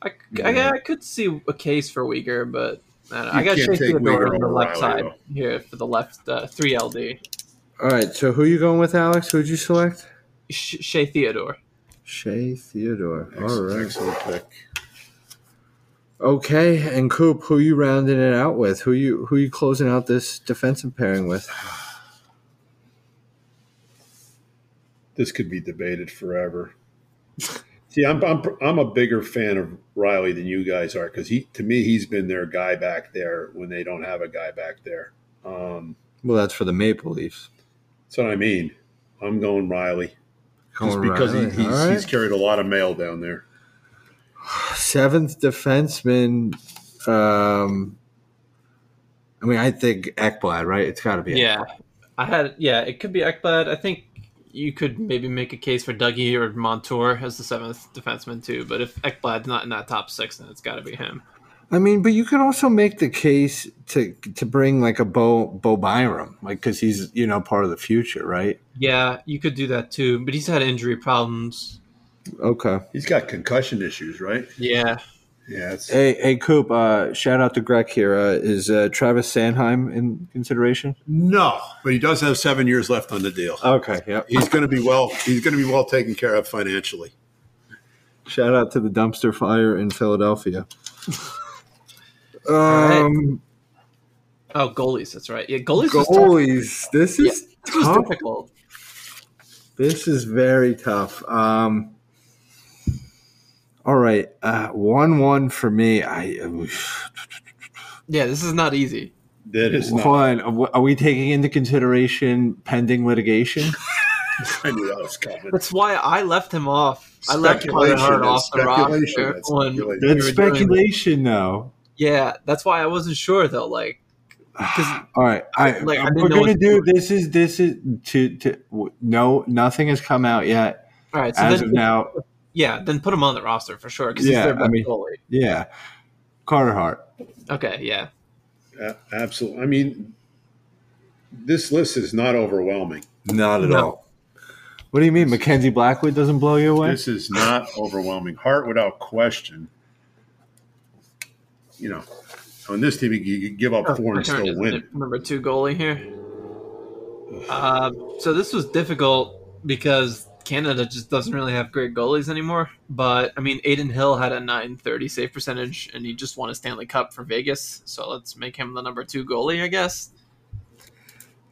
I, I, I could see a case for Uyghur, but I, don't know. I You got can't Shea take Theodore Uyghur on the over left Riley, side here for the left uh, 3LD. All right. So who you going with, Alex? Who'd you select? Sh- Shea Theodore. Shea Theodore. All Excellent, right. excellent pick. Okay. And Coop, who you rounding it out with? Who you who you closing out this defensive pairing with? This could be debated forever. See, I'm, I'm I'm a bigger fan of Riley than you guys are because he to me he's been their guy back there when they don't have a guy back there. Um, Well, that's for the Maple Leafs. that's what I mean. I'm going Riley just Going because he, Riley. he's, All right. he's carried a lot of mail down there. seventh defenseman. Um, I mean, I think Ekblad, right? It's got to be. Yeah. I had yeah, it could be Ekblad. I think you could maybe make a case for Dougie or Montour as the seventh defenseman too, but if Ekblad's not in that top six, then it's gotta be him. I mean, but you can also make the case to to bring like a Bo Bo Byram, like because he's you know part of the future, right? Yeah, you could do that too, but he's had injury problems. Okay. He's got concussion issues, right? Yeah. Yeah, it's, Hey, hey, Coop! Uh, shout out to Greg here. Uh, is uh, Travis Sanheim in consideration? no, but he does have seven years left on the deal. Okay, yep. he's going to be well. He's going to be well taken care of financially. Shout out to the dumpster fire in Philadelphia. right. Um, Oh, goalies. That's right. Yeah, goalies. was tough. goalies. This Yeah, is this was tough. difficult. This is very tough. Um, all right, uh, one one for me. I Yeah, this is not easy. That is not. one. Are we taking into consideration pending litigation? I knew that was coming. That's why I left him off. I left Carter Speculation, Hart off the that's roster. speculation, that's When speculation. we That's were doing- speculation, though. Yeah, that's why I wasn't sure though. Like, because All right, I, Like, I didn't we're know gonna what to do do. this. Is this is to to w- no? Nothing has come out yet all right, so as then of now. yeah, then put him on the roster for sure. Because Yeah, he's their I best mean- goalie. Yeah, Carter Hart. Okay, yeah, a- absolutely. I mean, this list is not overwhelming. Not at No. all. What do you mean, Mackenzie Blackwood doesn't blow you away? This is not overwhelming. Hart, without question. You know, on this team, you- you could give Oh, up four and Return still is win. the Number two goalie here. Um, so this was difficult because Canada just doesn't really have great goalies anymore. But I mean, Aiden Hill had a 930 save percentage, and he just won a Stanley Cup for Vegas. So let's make him the number two goalie, I guess.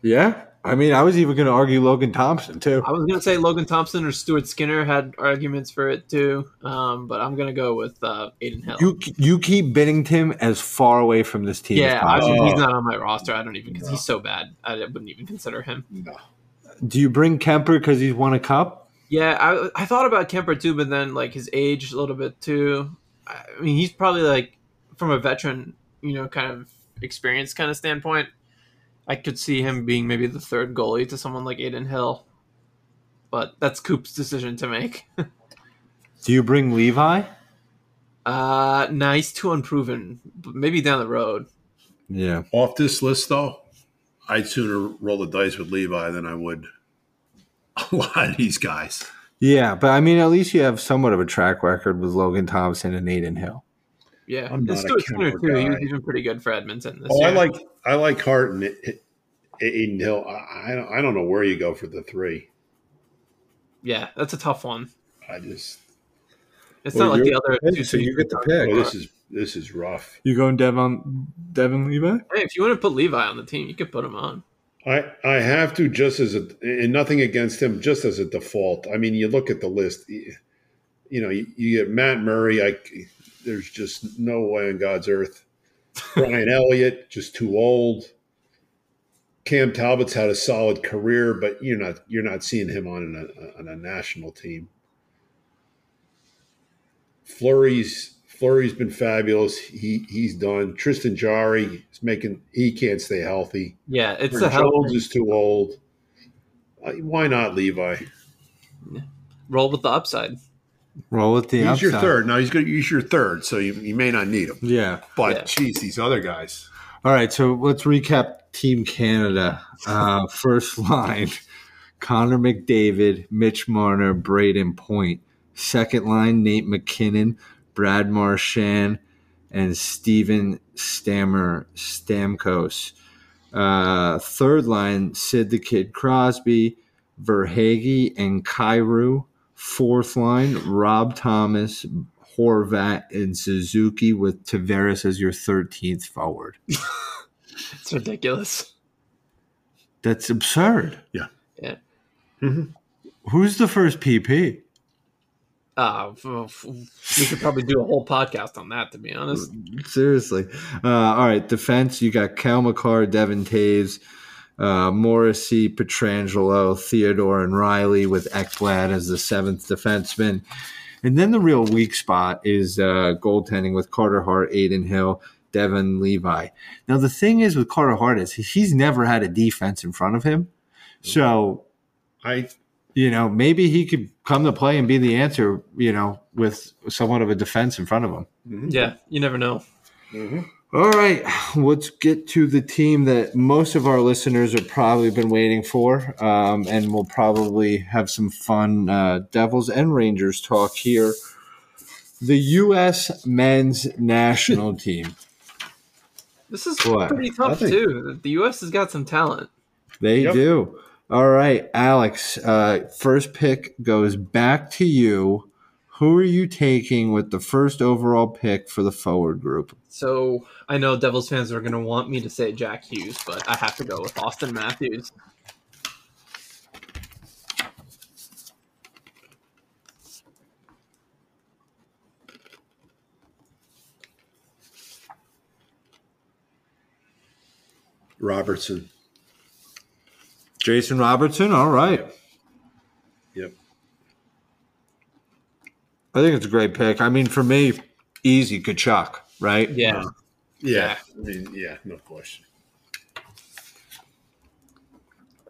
Yeah, I mean, I was even going to argue Logan Thompson too. I was gonna say Logan Thompson or Stuart Skinner had arguments for it too, um, but I'm gonna go with uh, Aiden Hill. You you keep Bennington as far away from this team as yeah, I possible. mean, Oh. he's not on my roster. I don't even because he's so bad. I wouldn't even consider him. No. Do you bring Kemper because he's won a cup? Yeah, I I thought about Kemper too, but then like his age a little bit too. I I mean, he's probably like from a veteran, you know, kind of experience kind of standpoint. I could see him being maybe the third goalie to someone like Aiden Hill, but that's Coop's decision to make. Do you bring Levi? Uh, nice to unproven. but Maybe down the road. Yeah, Off this list, though, I'd sooner roll the dice with Levi than I would a lot of these guys. yeah, but I mean, at least you have somewhat of a track record with Logan Thompson and Aiden Hill. Yeah, I'm not a Stuart Skinner Kemper too. He was guy. even pretty good for Edmonton this Oh, year. I like I like Hart and A- A- Aiden Hill. I, I don't- I don't know where you go for the three. Yeah, that's a tough one. I just It's Well, not like the you're- other. two so you teams get the are- oh, pick. this is this is rough. You going Devon Devon Levi? Hey, if you want to put Levi on the team, you could put him on. I I have to just as a and nothing against him, just as a default. I mean, you look at the list. y- You know, you, you get Matt Murray. I c- there's just no way on God's earth. Brian Elliott, just too old. Cam Talbot's had a solid career, but you're not you're not seeing him on a on a national team. Flurry's Flurry's been fabulous. He he's done. Tristan Jari is making he can't stay healthy. Yeah, it's a Or hell Jones is too old. Uh, Why not Levi? roll with the upside. Roll with the He's upside. your third. Now he's going to use your third, so you, you may not need him. Yeah. But Yeah. geez, these other guys. All right, so let's recap Team Canada. Uh, first line Connor McDavid, Mitch Marner, Braden Point. Second line Nate McKinnon, Brad Marchand, and Steven Stammer Stamkos. Uh, third line Sid the Kid Crosby, Verhage, and Cairo. Fourth line Rob Thomas, Horvat, and Suzuki with Tavares as your 13th forward. It's ridiculous. That's absurd. Yeah. Who's the first PP? Uh, f- f- we could probably do a whole podcast on that, to be honest. Seriously. Uh, all right, defense. You got Cal McCarr, Devin Taves, uh, Morrissey, Petrangelo, Theodore, and Riley with Ekblad as the seventh defenseman. And then the real weak spot is uh, goaltending with Carter Hart, Aiden Hill, Devin Levi. Now the thing is with Carter Hart is he's never had a defense in front of him, so I you know, maybe he could come to play and be the answer, you know, with somewhat of a defense in front of him. Yeah, you never know. All right, let's get to the team that most of our listeners have probably been waiting for, um, and we'll probably have some fun uh, Devils and Rangers talk here. The U.S. men's national team. This is Boy, pretty tough think- too. The U.S. has got some talent. They Yep. do. All right, Alex. Uh, first pick goes back to you. Who are you taking with the first overall pick for the forward group? So I know Devils fans are going to want me to say Jack Hughes, but I have to go with Austin Matthews. Robertson. Jason Robertson. All right. Yep. I think it's a great pick. I mean, for me, easy Kachuk, right? Uh, Yeah, Yeah. I mean, yeah, no question.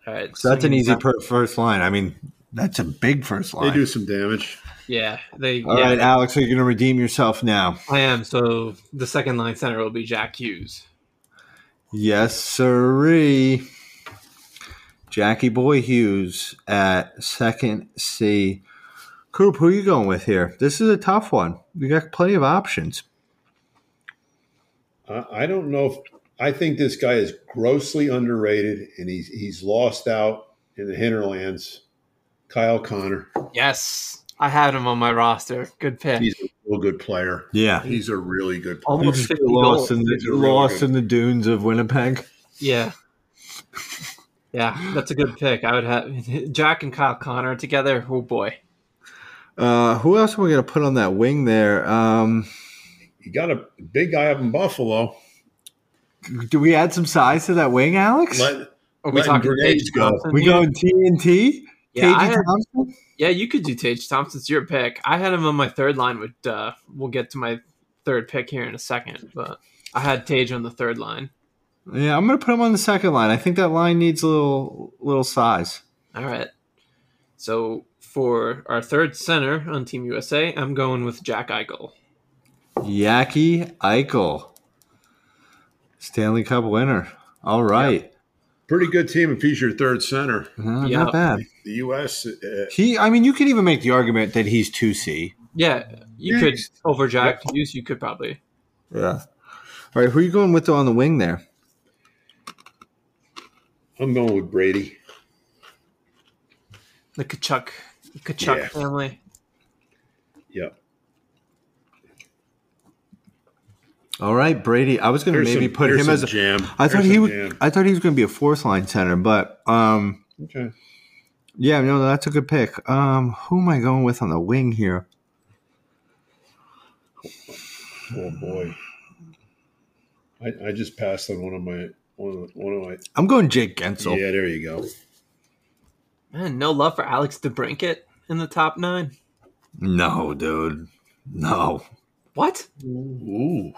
All right, So that's an swinging easy back- per- first line. I mean, that's a big first line. They do some damage. Yeah, they. All yeah, right, Alex, are you going to redeem yourself now? I am. So the second line center will be Jack Hughes. Yes, sirree. Jackie Boy Hughes at second C. Coop, who are you going with here? This is a tough one. We got plenty of options. I, I don't know if I think this guy is grossly underrated and he's he's lost out in the hinterlands. Kyle Connor. Yes, I had him on my roster. Good pick. He's a real good player. Yeah. He's a really good player. Almost He's 50 lost goals. in the, He's a really lost good- in the dunes of Winnipeg. Yeah. Yeah, that's a good pick. I would have Jack and Kyle Connor together. Oh boy. Uh, who else am we going to put on that wing there? Um, You got a big guy up in Buffalo. do we add some size to that wing, Alex? Let, Are we Letting talking grenades Tage go. Thompson we here? going TNT? Uh, Yeah, I KG had- Thompson? Yeah, you could do Tage Thompson's your pick. I had him on my third line. With uh, we'll get to my third pick here in a second, but I had Tage on the third line. Yeah, I'm going to put him on the second line. I think that line needs a little little size. All right. So for our third center on Team USA, I'm going with Jack Eichel. Yaki Eichel, Stanley Cup winner. All right, pretty good team if he's your third center. Uh, Yeah. not bad. The U.S. Uh, He, I mean, you could even make the argument that he's two C. Yeah, you could over Jack Hughes. You could probably. Yeah. All right, who are you going with on the wing there? I'm going with Brady. The Kachuk, Kachuk Yeah. family. Yeah. All right, Brady. I was going to Here's maybe some- put here's him some as. A, jam. I thought Here's he some would. jam. I thought he was going to be a fourth line center, but um, Okay. yeah, no, that's a good pick. Um, who am I going with on the wing here? Oh boy. I, I just passed on one of my one of, one of my. I'm going Jake Gensel. Yeah, there you go. Man, no love for Alex DeBrinket in the top nine. No, dude. No. What? Ooh.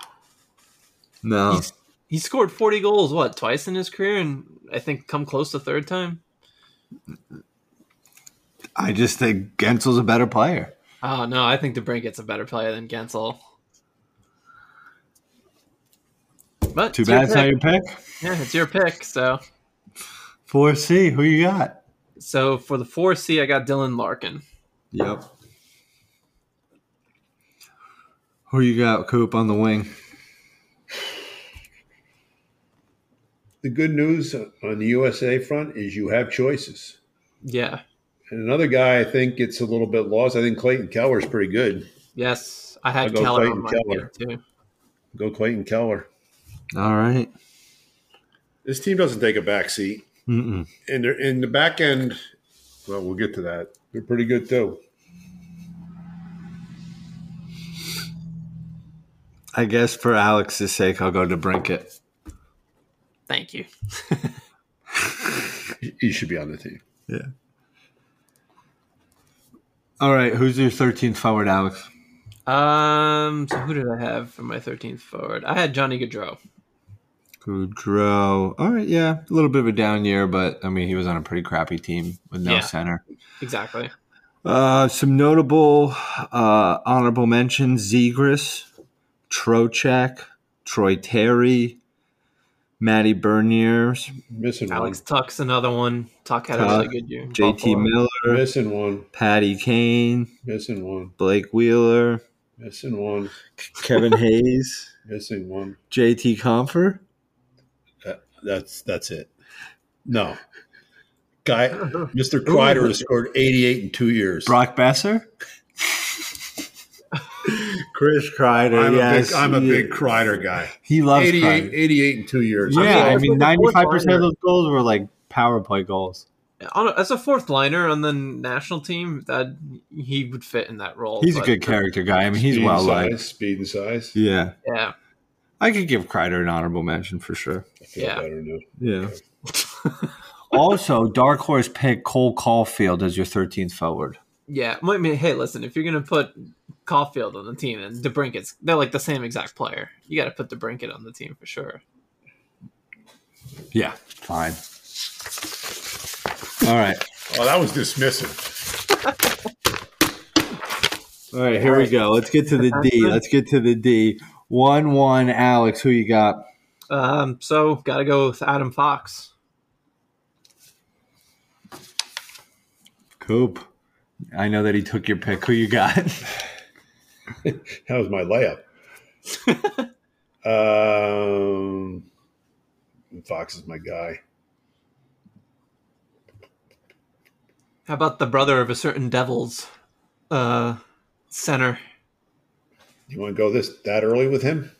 No. He's- He scored 40 goals, what, twice in his career? And I think come close to third time? I just think Gensel's a better player. Oh, no, I think DeBrinket's a better player than Gensel. But Too it's your bad it's not pick. your pick. Yeah, it's your pick. So, Four C. Who you got? so for the 4C, I got Dylan Larkin. Yep. Who you got, Coop, on the wing? The good news on the USA front is you have choices. Yeah. And another guy I think gets a little bit lost. I think Clayton Keller's pretty good. Yes, I had I'll go Keller on Clayton my Keller. pick, too. Go Clayton Keller. All right. This team doesn't take a back seat. Mm-mm. And they're in the back end, well, we'll get to that. They're pretty good too. I guess for Alex's sake, I'll go to Brinkett. Thank you. He should be on the team. Yeah. All right. Who's your 13th forward, Alex? Um, so who did I have for my 13th forward? I had Johnny Gaudreau. Goudreau. All right. Yeah. A little bit of a down year, but I mean, he was on a pretty crappy team with no Yeah. center. Exactly. Uh, some notable uh, honorable mentions: Zegras, Trocheck, Troy Terry, Matty Berniers, Missing Alex Tuck's another one. Tuck had a Tuck, really good year. in JT Buffalo. one. Miller, Missing one. Patty Kane, Missing one. Blake Wheeler, Missing one. Kevin Hayes, Missing one. JT Comfer. That's that's it. No. Guy Mr. Kreider has scored 88 in two years. Brock Besser? Chris Kreider. I'm, yes. a big, I'm a he- big Kreider guy. He loves 88, Kreider. 88 in two years. Yeah, I That's mean, like a fourth 95% of liner. those goals were like power play goals. On a, as a fourth liner on the national team, that he would fit in that role. He's a but- good character guy. I mean, he's Speed well and liked. size, speed and size. Yeah. Yeah, I could give Kreider an honorable mention for sure. I feel Yeah. better now. Yeah. also, dark horse pick Cole Caulfield as your 13th forward. yeah. I mean, hey, listen, if you're gonna put Caulfield on the team and DeBrinket's, they're like the same exact player. You got to put DeBrinket on the team for sure. Yeah, fine. All right. Oh, that was dismissive. All right, here we go. Let's get to the D. Let's get to the D. 1 1, Alex, who you got? Um, so got to go with Adam Fox. Coop. I know that he took your pick. Who you got? That was my layup. um, Fox is my guy. How about the brother of a certain Devils uh, center? You want to go this that early with him?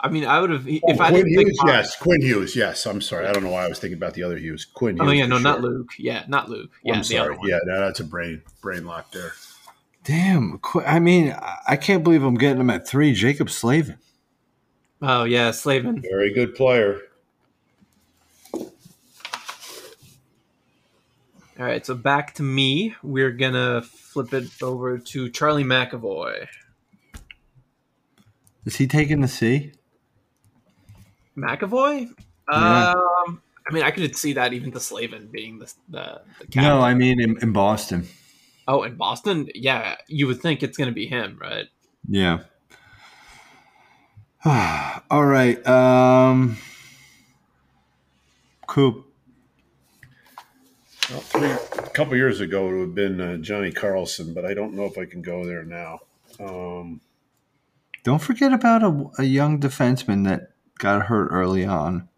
I mean, I would have if I Quinn didn't Hughes, think. Fox- yes. Quinn Hughes, yes. I'm sorry. I don't know why I was thinking about the other Hughes. Quinn Hughes. Oh yeah, for no, not sure. Luke. Yeah, not Luke. Yeah, I'm the sorry. other one. Yeah, no, that's a brain brain lock there. Damn. Qu- I mean, I- I can't believe I'm getting him at three. Jacob Slavin. Oh yeah, Slavin. Very good player. All right, so back to me. We're gonna flip it over to Charlie McAvoy. Is he taking the C? McAvoy. Yeah. Um, I mean, I could see that even to Slavin being the the, the captain. No, I mean, in, in Boston. oh, in Boston, yeah, you would think it's gonna be him, right? Yeah. All right. Um, Coop. Well, three, a couple years ago, it would have been uh, Johnny Carlson, but I don't know if I can go there now. Um, Don't forget about a, a young defenseman that got hurt early on.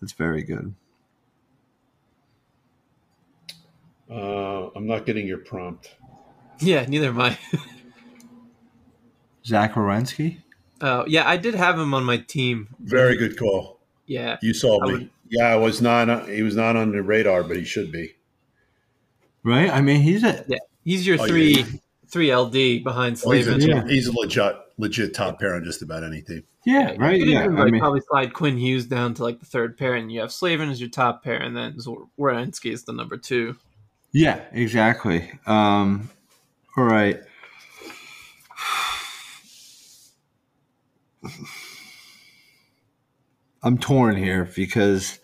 That's very good. uh, I'm not getting your prompt. Yeah, neither am I. Zach Wierenski. Uh, yeah, I did have him on my team. Very good call. Yeah, You saw I me. would- yeah, I was not. uh, he was not on the radar, but he should be. Right? I mean, he's a yeah, he's your Oh, three yeah. three LD behind Well, he's, a, Slavin. Oh, Yeah. he's a legit, legit top pair on just about anything. yeah, right. You could Yeah, even, I like, mean, probably slide Quinn Hughes down to like the third pair, and you have Slavin as your top pair, and then Zoranski is the number two. yeah, exactly. Um, all right. I'm torn here because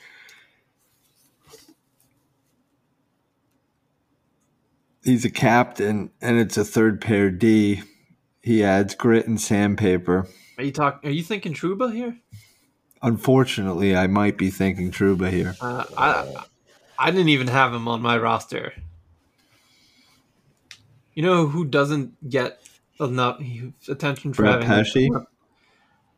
he's a captain and it's a third pair D. He adds grit and sandpaper. Are you talking? Are you thinking Truba here? Unfortunately, I might be thinking Truba here. Uh, I I didn't even have him on my roster. You know who doesn't get enough attention for Brett having him? Pesci?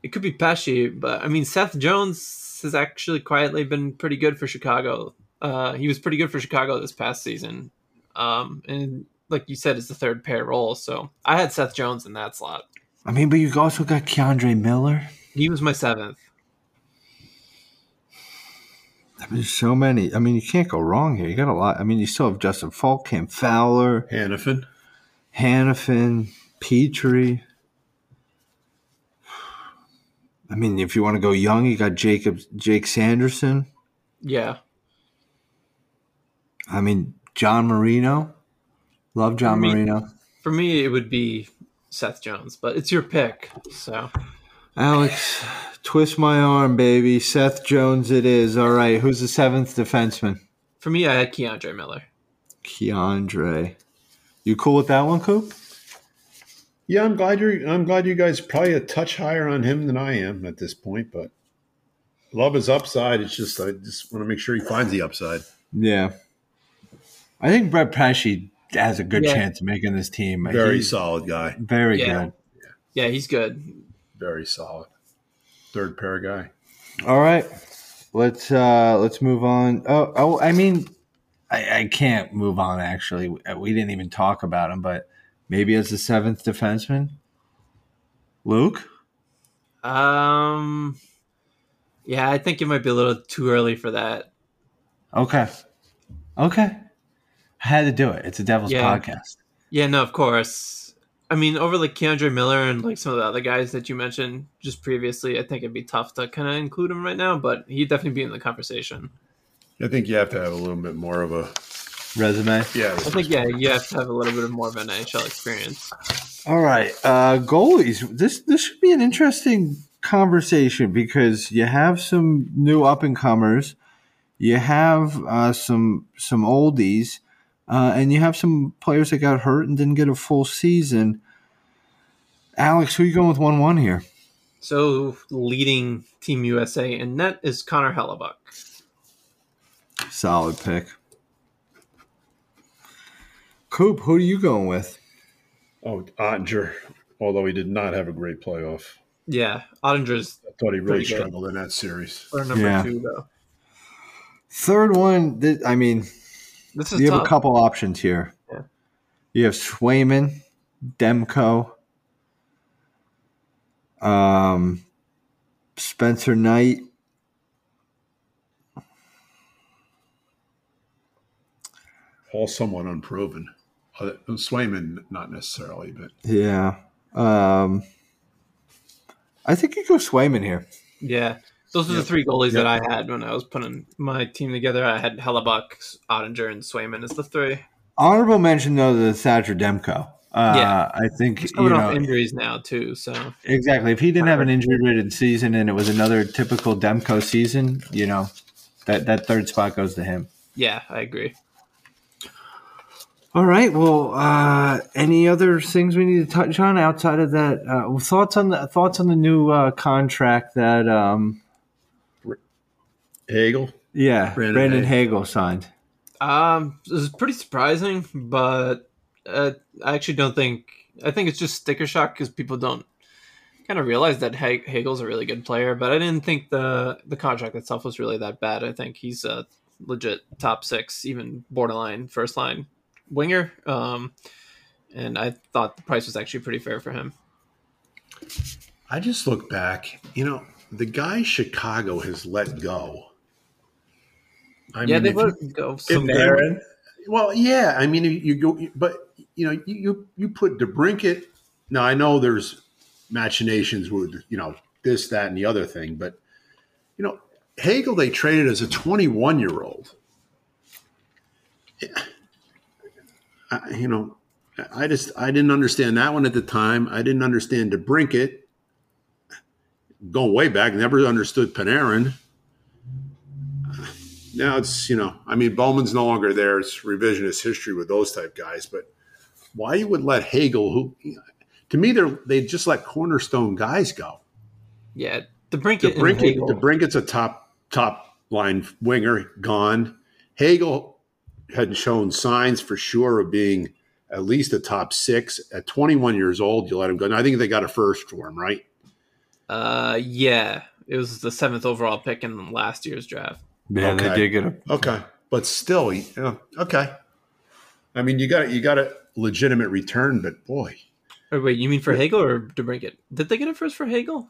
It could be Pesci, but I mean Seth Jones has actually quietly been pretty good for Chicago. Uh, he was pretty good for Chicago this past season, um, and like you said, it's the third pair role. So I had Seth Jones in that slot. I mean, but you also got Keandre Miller. He was my seventh. I mean, there's so many. I mean, you can't go wrong here. You got a lot. I mean, you still have Justin Falk, Cam Fowler, Hannafin. Hannafin, Petrie. I mean, if you want to go young, you got Jacob, Jake Sanderson. Yeah, I mean, John Marino. Love John Me- Marino. for me it would be Seth Jones, but it's your pick, so. Alex, twist my arm, baby. Seth Jones, it is. All right. Who's the seventh defenseman? For me, I had Keandre Miller. Keandre. You cool with that one, Coop? Yeah, I'm glad you're. I'm glad you guys probably a touch higher on him than I am at this point. But love his upside. It's just I just want to make sure he finds the upside. Yeah. I think Brett Pesci has a good yeah. chance of making this team. Very He's solid guy. Very Yeah. good. Yeah, he's good. Very solid. Third pair guy. All right. Let's uh let's move on. Oh, oh I mean I, I can't move on actually. We didn't even talk about him, but maybe as the seventh defenseman. Luke? Um, yeah, I think it might be a little too early for that. Okay. Okay. I had to do it. It's a devil's Yeah. podcast. Yeah, no, of course. I mean, over like Keandre Miller and like some of the other guys that you mentioned just previously, I think it'd be tough to kind of include him right now, but he'd definitely be in the conversation. I think you have to have a little bit more of a Resume. yeah. I think, yeah, you have to have a little bit of more of an NHL experience. All right, uh, goalies. This this should be an interesting conversation because you have some new up and comers, you have uh, some some oldies, uh, and you have some players that got hurt and didn't get a full season. Alex, who you going with one one here? So, leading Team USA in net is Connor Hellebuck. Solid pick. Coop, who are you going with? Oh, Ottinger, although he did not have a great playoff. Yeah, Ottinger's I thought he really Pretty good. struggled in that series. for number Yeah. two, though. Third one. Th- I mean, This is you have tough. a couple options here. Yeah. You have Swayman, Demko, um, Spencer Knight. All somewhat unproven. Uh, Swayman, not necessarily, but Yeah. Um, I think you go Swayman here. Yeah. Those are the three goalies that I had when I was putting my team together. I had Hellebuck, Ottinger, and Swayman as the three. Honorable mention though to Thatcher Demko. Uh, Yeah. I think He's you coming know off injuries now too, so exactly. If he didn't have an injury-ridden season and it was another typical Demko season, you know that that third spot goes to him. yeah, I agree. All right. Well, uh, any other things we need to touch on outside of that? Uh, thoughts on the thoughts on the new uh, contract that, um, Hagel. yeah, Brandon, Brandon Hagel signed. Um, this is pretty surprising, but uh, I actually don't think. I think it's just sticker shock because people don't kind of realize that Hag- Hagel's a really good player. But I didn't think the the contract itself was really that bad. I think he's a legit top six, even borderline first line winger. Um, and I thought the price was actually pretty fair for him. I just look back, you know, the guy Chicago has let go. I yeah, they if you- let go. if Some, they- Well, yeah, I mean, you go, but you know, you you, you put DeBrinket. Now I know there's machinations with you know this, that, and the other thing, but you know, Hagel they traded as a 21 year old. You know, I just I didn't understand that one at the time. I didn't understand DeBrinket. Going way back, never understood Panarin now it's you know i mean bowman's no longer there it's revisionist history with those type guys but why you would let hagel who to me they're they just let cornerstone guys go yeah, the Brinket. and DeBrinket, Hagel. DeBrinket's a top top line winger gone hagel had shown signs for sure of being at least a top six at 21 years old you let him go now, i think they got a first for him right Uh, yeah, it was the seventh overall pick in last year's draft. Yeah, they Okay. did did get a Okay, but still, you know, okay. I mean, you got you got a legitimate return, but boy, Or wait, you mean for Hagel or DeBrinket? Did they get it first for Hagel?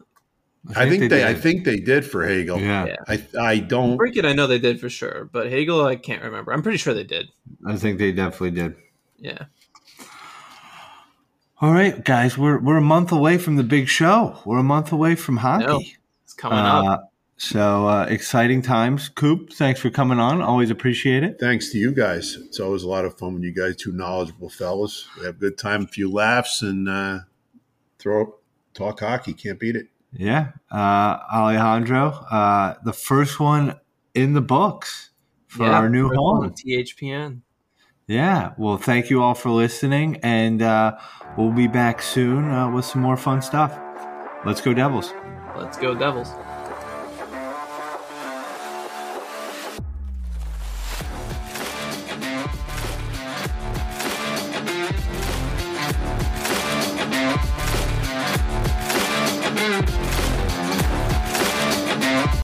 I think, they, I did. think they did for Hagel. yeah, Yeah. I I don't. DeBrinket, I know they did for sure, but Hagel, I can't remember. I'm pretty sure they did. I think they definitely did. Yeah, All right, guys, we're we're a month away from the big show. We're a month away from hockey. it's coming up. Uh, so uh, exciting times, Coop. Thanks for coming on. Always appreciate it. Thanks to you guys, it's always a lot of fun when you guys two knowledgeable fellas we have a good time, a few laughs, and uh, throw talk hockey. Can't beat it. Yeah, uh, Alejandro, uh, the first one in the books for Yeah, our new first one, home. THPN. Yeah. Well, thank you all for listening, and uh, we'll be back soon uh, with some more fun stuff. Let's go, Devils. Let's go, Devils.